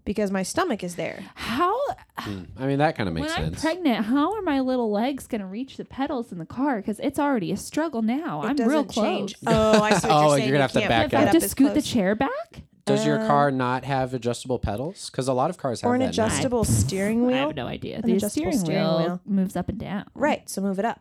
Speaker 4: because my stomach is there.
Speaker 5: How
Speaker 1: I mean, that kind of
Speaker 5: when
Speaker 1: makes
Speaker 5: I'm
Speaker 1: sense.
Speaker 5: pregnant, how are my little legs gonna reach the pedals in the car? Because it's already a struggle now.
Speaker 4: It
Speaker 5: I'm
Speaker 4: doesn't
Speaker 5: real close.
Speaker 4: change. Oh, I see
Speaker 1: [LAUGHS]
Speaker 4: what
Speaker 1: Oh, you're
Speaker 4: you're saying.
Speaker 1: gonna
Speaker 4: You
Speaker 1: have to
Speaker 4: can't
Speaker 5: I
Speaker 1: back
Speaker 4: put it
Speaker 5: have
Speaker 1: up
Speaker 5: to
Speaker 4: as
Speaker 5: scoot the
Speaker 4: close.
Speaker 5: chair back.
Speaker 1: Does your car not have adjustable pedals? Because a lot of cars have
Speaker 4: uh, or an
Speaker 1: that now.
Speaker 4: adjustable steering
Speaker 5: I
Speaker 4: wheel.
Speaker 5: have no idea.
Speaker 4: An
Speaker 5: The
Speaker 4: adjustable
Speaker 5: steering,
Speaker 4: steering
Speaker 5: wheel,
Speaker 4: wheel.
Speaker 5: moves up and down.
Speaker 4: Right, so move it up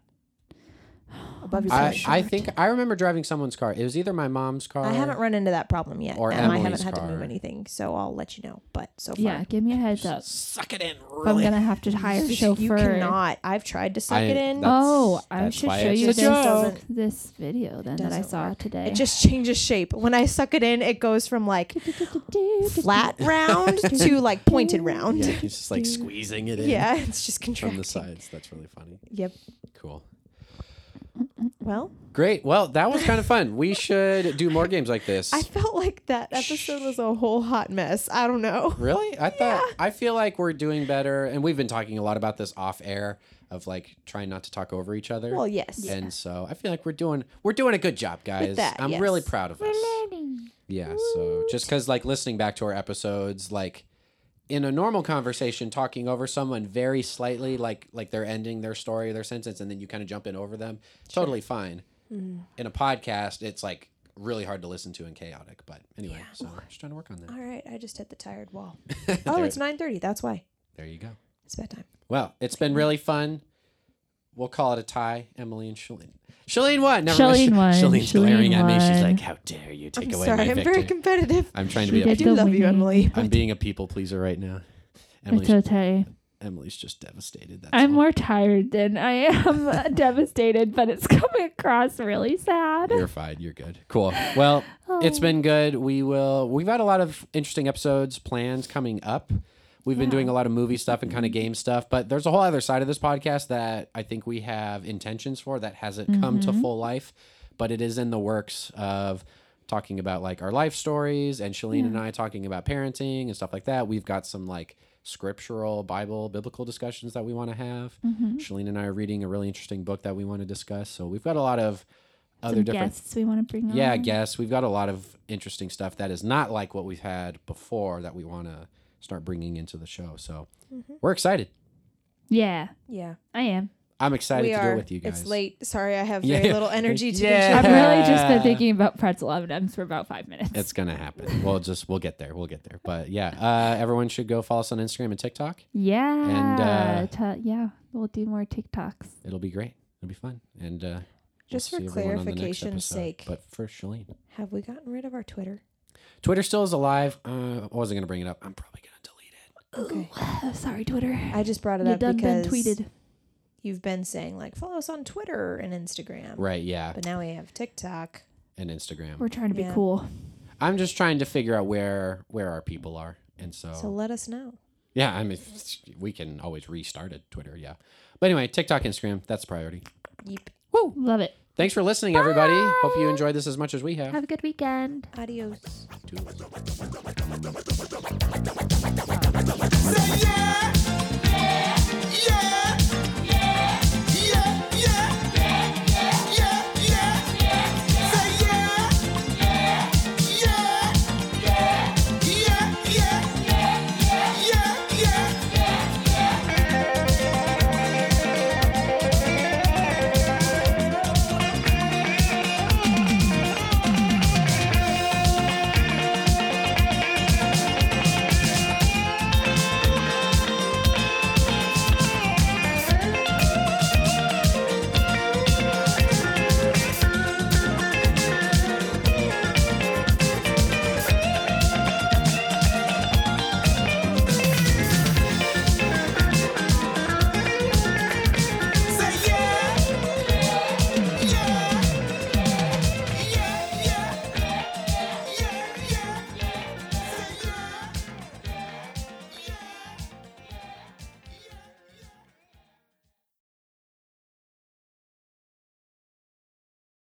Speaker 4: above your
Speaker 1: I,
Speaker 4: finish.
Speaker 1: I think I remember driving someone's car. It was either my mom's car.
Speaker 4: I haven't run into that problem yet,
Speaker 1: Or
Speaker 4: and I
Speaker 1: Emily's
Speaker 4: haven't had to move
Speaker 1: car.
Speaker 4: anything, so I'll let you know. But so far,
Speaker 5: Yeah, give me a heads up.
Speaker 1: Suck it in,
Speaker 5: If I'm
Speaker 1: really.
Speaker 5: gonna have to hire a chauffeur.
Speaker 4: you cannot. I've tried to suck
Speaker 1: I-
Speaker 4: it in.
Speaker 1: that-
Speaker 5: Oh,
Speaker 1: That's-
Speaker 5: I
Speaker 1: that's
Speaker 5: should
Speaker 1: why
Speaker 5: show
Speaker 1: it's
Speaker 5: you
Speaker 1: a
Speaker 5: this,
Speaker 4: joke.
Speaker 5: this video then that I
Speaker 4: doesn't
Speaker 5: saw today.
Speaker 4: It just changes shape. When I suck it in, it goes from like flat
Speaker 1: [LAUGHS]
Speaker 4: round to like pointed round.
Speaker 1: Yeah,
Speaker 4: [LAUGHS] Yeah,
Speaker 1: he's just like squeezing it in
Speaker 4: it's just
Speaker 1: from
Speaker 4: contracting.
Speaker 1: the sides. That's really funny.
Speaker 4: Yep.
Speaker 1: Cool.
Speaker 4: Well,
Speaker 1: Great. Well, that was kind of fun. We should do more games like this.
Speaker 4: I felt like that episode was a whole hot mess. I don't know.
Speaker 1: Really? I thought I feel like we're doing better and we've been talking a lot about this off air of like trying not to talk over each other.
Speaker 4: Well, yes.
Speaker 1: And so I feel like we're doing we're doing a good job, guys.
Speaker 4: that,
Speaker 1: I'm
Speaker 4: yes.
Speaker 1: really proud of us. Yeah, so just cuz like listening back to our episodes like in a normal conversation talking over someone very slightly like like they're ending their story, their sentence and then you kind of jump in over them. Totally fine. In a podcast, it's like really hard to listen to and chaotic, but anyway, so we're just trying to work on [LAUGHS]
Speaker 4: All
Speaker 1: that.
Speaker 4: right, I just hit the tired wall. oh, it's nine thirty. That's why
Speaker 1: There you go.
Speaker 4: it's bedtime.
Speaker 1: Well, it's been really fun. We'll call it a tie. Emily and Shalene. Shalene won. Never
Speaker 5: Shalene
Speaker 1: mind. [LAUGHS]
Speaker 5: won.
Speaker 1: Shalene's
Speaker 5: Shalene
Speaker 1: glaring at me. She's
Speaker 5: won.
Speaker 1: like, "How dare you take
Speaker 4: I'm
Speaker 1: away
Speaker 4: sorry.
Speaker 1: my
Speaker 4: I'm
Speaker 1: victory?"
Speaker 4: very competitive.
Speaker 1: I'm trying to be.
Speaker 5: She
Speaker 4: I
Speaker 1: A,
Speaker 5: did.
Speaker 4: do love you, Emily.
Speaker 1: I'm being a people pleaser right now.
Speaker 5: It's
Speaker 1: Emily's,
Speaker 5: okay.
Speaker 1: Emily's just devastated. That's
Speaker 5: I'm
Speaker 1: all.
Speaker 5: more tired than I am uh, [LAUGHS] devastated, but it's coming across really sad.
Speaker 1: You're fine. You're good. Cool. Well, it's been good. We will. We've had a lot of interesting episodes plans coming up. We've been doing a lot of movie stuff and kind of game stuff, but there's a whole other side of this podcast that I think we have intentions for that hasn't come to full life, but it is in the works of talking about like our life stories and Shalene and I talking about parenting and stuff like that. We've got some like scriptural, Bible, biblical discussions that we want to have.
Speaker 5: Mm-hmm.
Speaker 4: Mm-hmm.
Speaker 1: Shalene and I are reading a really interesting book that we want to discuss. So we've got a lot of other
Speaker 5: Some
Speaker 1: different
Speaker 5: guests we want to bring
Speaker 1: yeah,
Speaker 5: on.
Speaker 1: guess we've got a lot of interesting stuff that is not like what we've had before that we want to start bringing into the show. So
Speaker 4: Mm-hmm.
Speaker 1: we're excited.
Speaker 5: Yeah,
Speaker 4: Yeah,
Speaker 1: [LAUGHS]
Speaker 5: I am.
Speaker 1: I'm excited
Speaker 4: we
Speaker 1: to
Speaker 4: are.
Speaker 1: do it with you guys.
Speaker 4: It's late. Sorry, I have
Speaker 1: Yeah.
Speaker 4: very little energy to
Speaker 1: Yeah.
Speaker 5: I've
Speaker 4: do.
Speaker 5: really just been
Speaker 1: Yeah.
Speaker 5: thinking about pretzel M&Ms for about five minutes.
Speaker 1: It's gonna happen. We'll just we'll get there. We'll get there. But yeah, uh, everyone should go follow us on Instagram and TikTok.
Speaker 5: yeah,
Speaker 1: And, uh,
Speaker 5: t- yeah, we'll do more TikToks. [SIGHS]
Speaker 1: It'll be great. It'll be fun. And uh,
Speaker 4: Just
Speaker 1: we'll
Speaker 4: for
Speaker 1: see everyone on the next
Speaker 4: clarification's
Speaker 1: episode.
Speaker 4: sake.
Speaker 1: But for Shalene,
Speaker 4: Have we gotten rid of our Twitter?
Speaker 1: Twitter still is alive. Uh, I wasn't gonna bring it up. I'm probably gonna delete it.
Speaker 4: Okay.
Speaker 5: Oh, sorry, Twitter.
Speaker 4: I just brought it
Speaker 5: You
Speaker 4: up
Speaker 5: done been
Speaker 4: because
Speaker 5: tweeted.
Speaker 4: you've been saying like follow us on Twitter and Instagram,
Speaker 1: Right? Yeah.
Speaker 4: but now we have TikTok.
Speaker 1: And Instagram.
Speaker 5: We're trying to be
Speaker 4: Yeah.
Speaker 5: cool.
Speaker 1: I'm just trying to figure out where where our people are. And
Speaker 4: So let us know.
Speaker 1: Yeah, I mean, [LAUGHS] we can always restart it, Twitter, yeah. But anyway, TikTok, Instagram, that's priority.
Speaker 4: Yeep.
Speaker 5: Woo, love it.
Speaker 1: Thanks for listening, everybody. Hope you enjoyed this as much as we have.
Speaker 5: Have a good weekend.
Speaker 4: Adios.
Speaker 1: Toodles.
Speaker 2: Say yeah, yeah, yeah.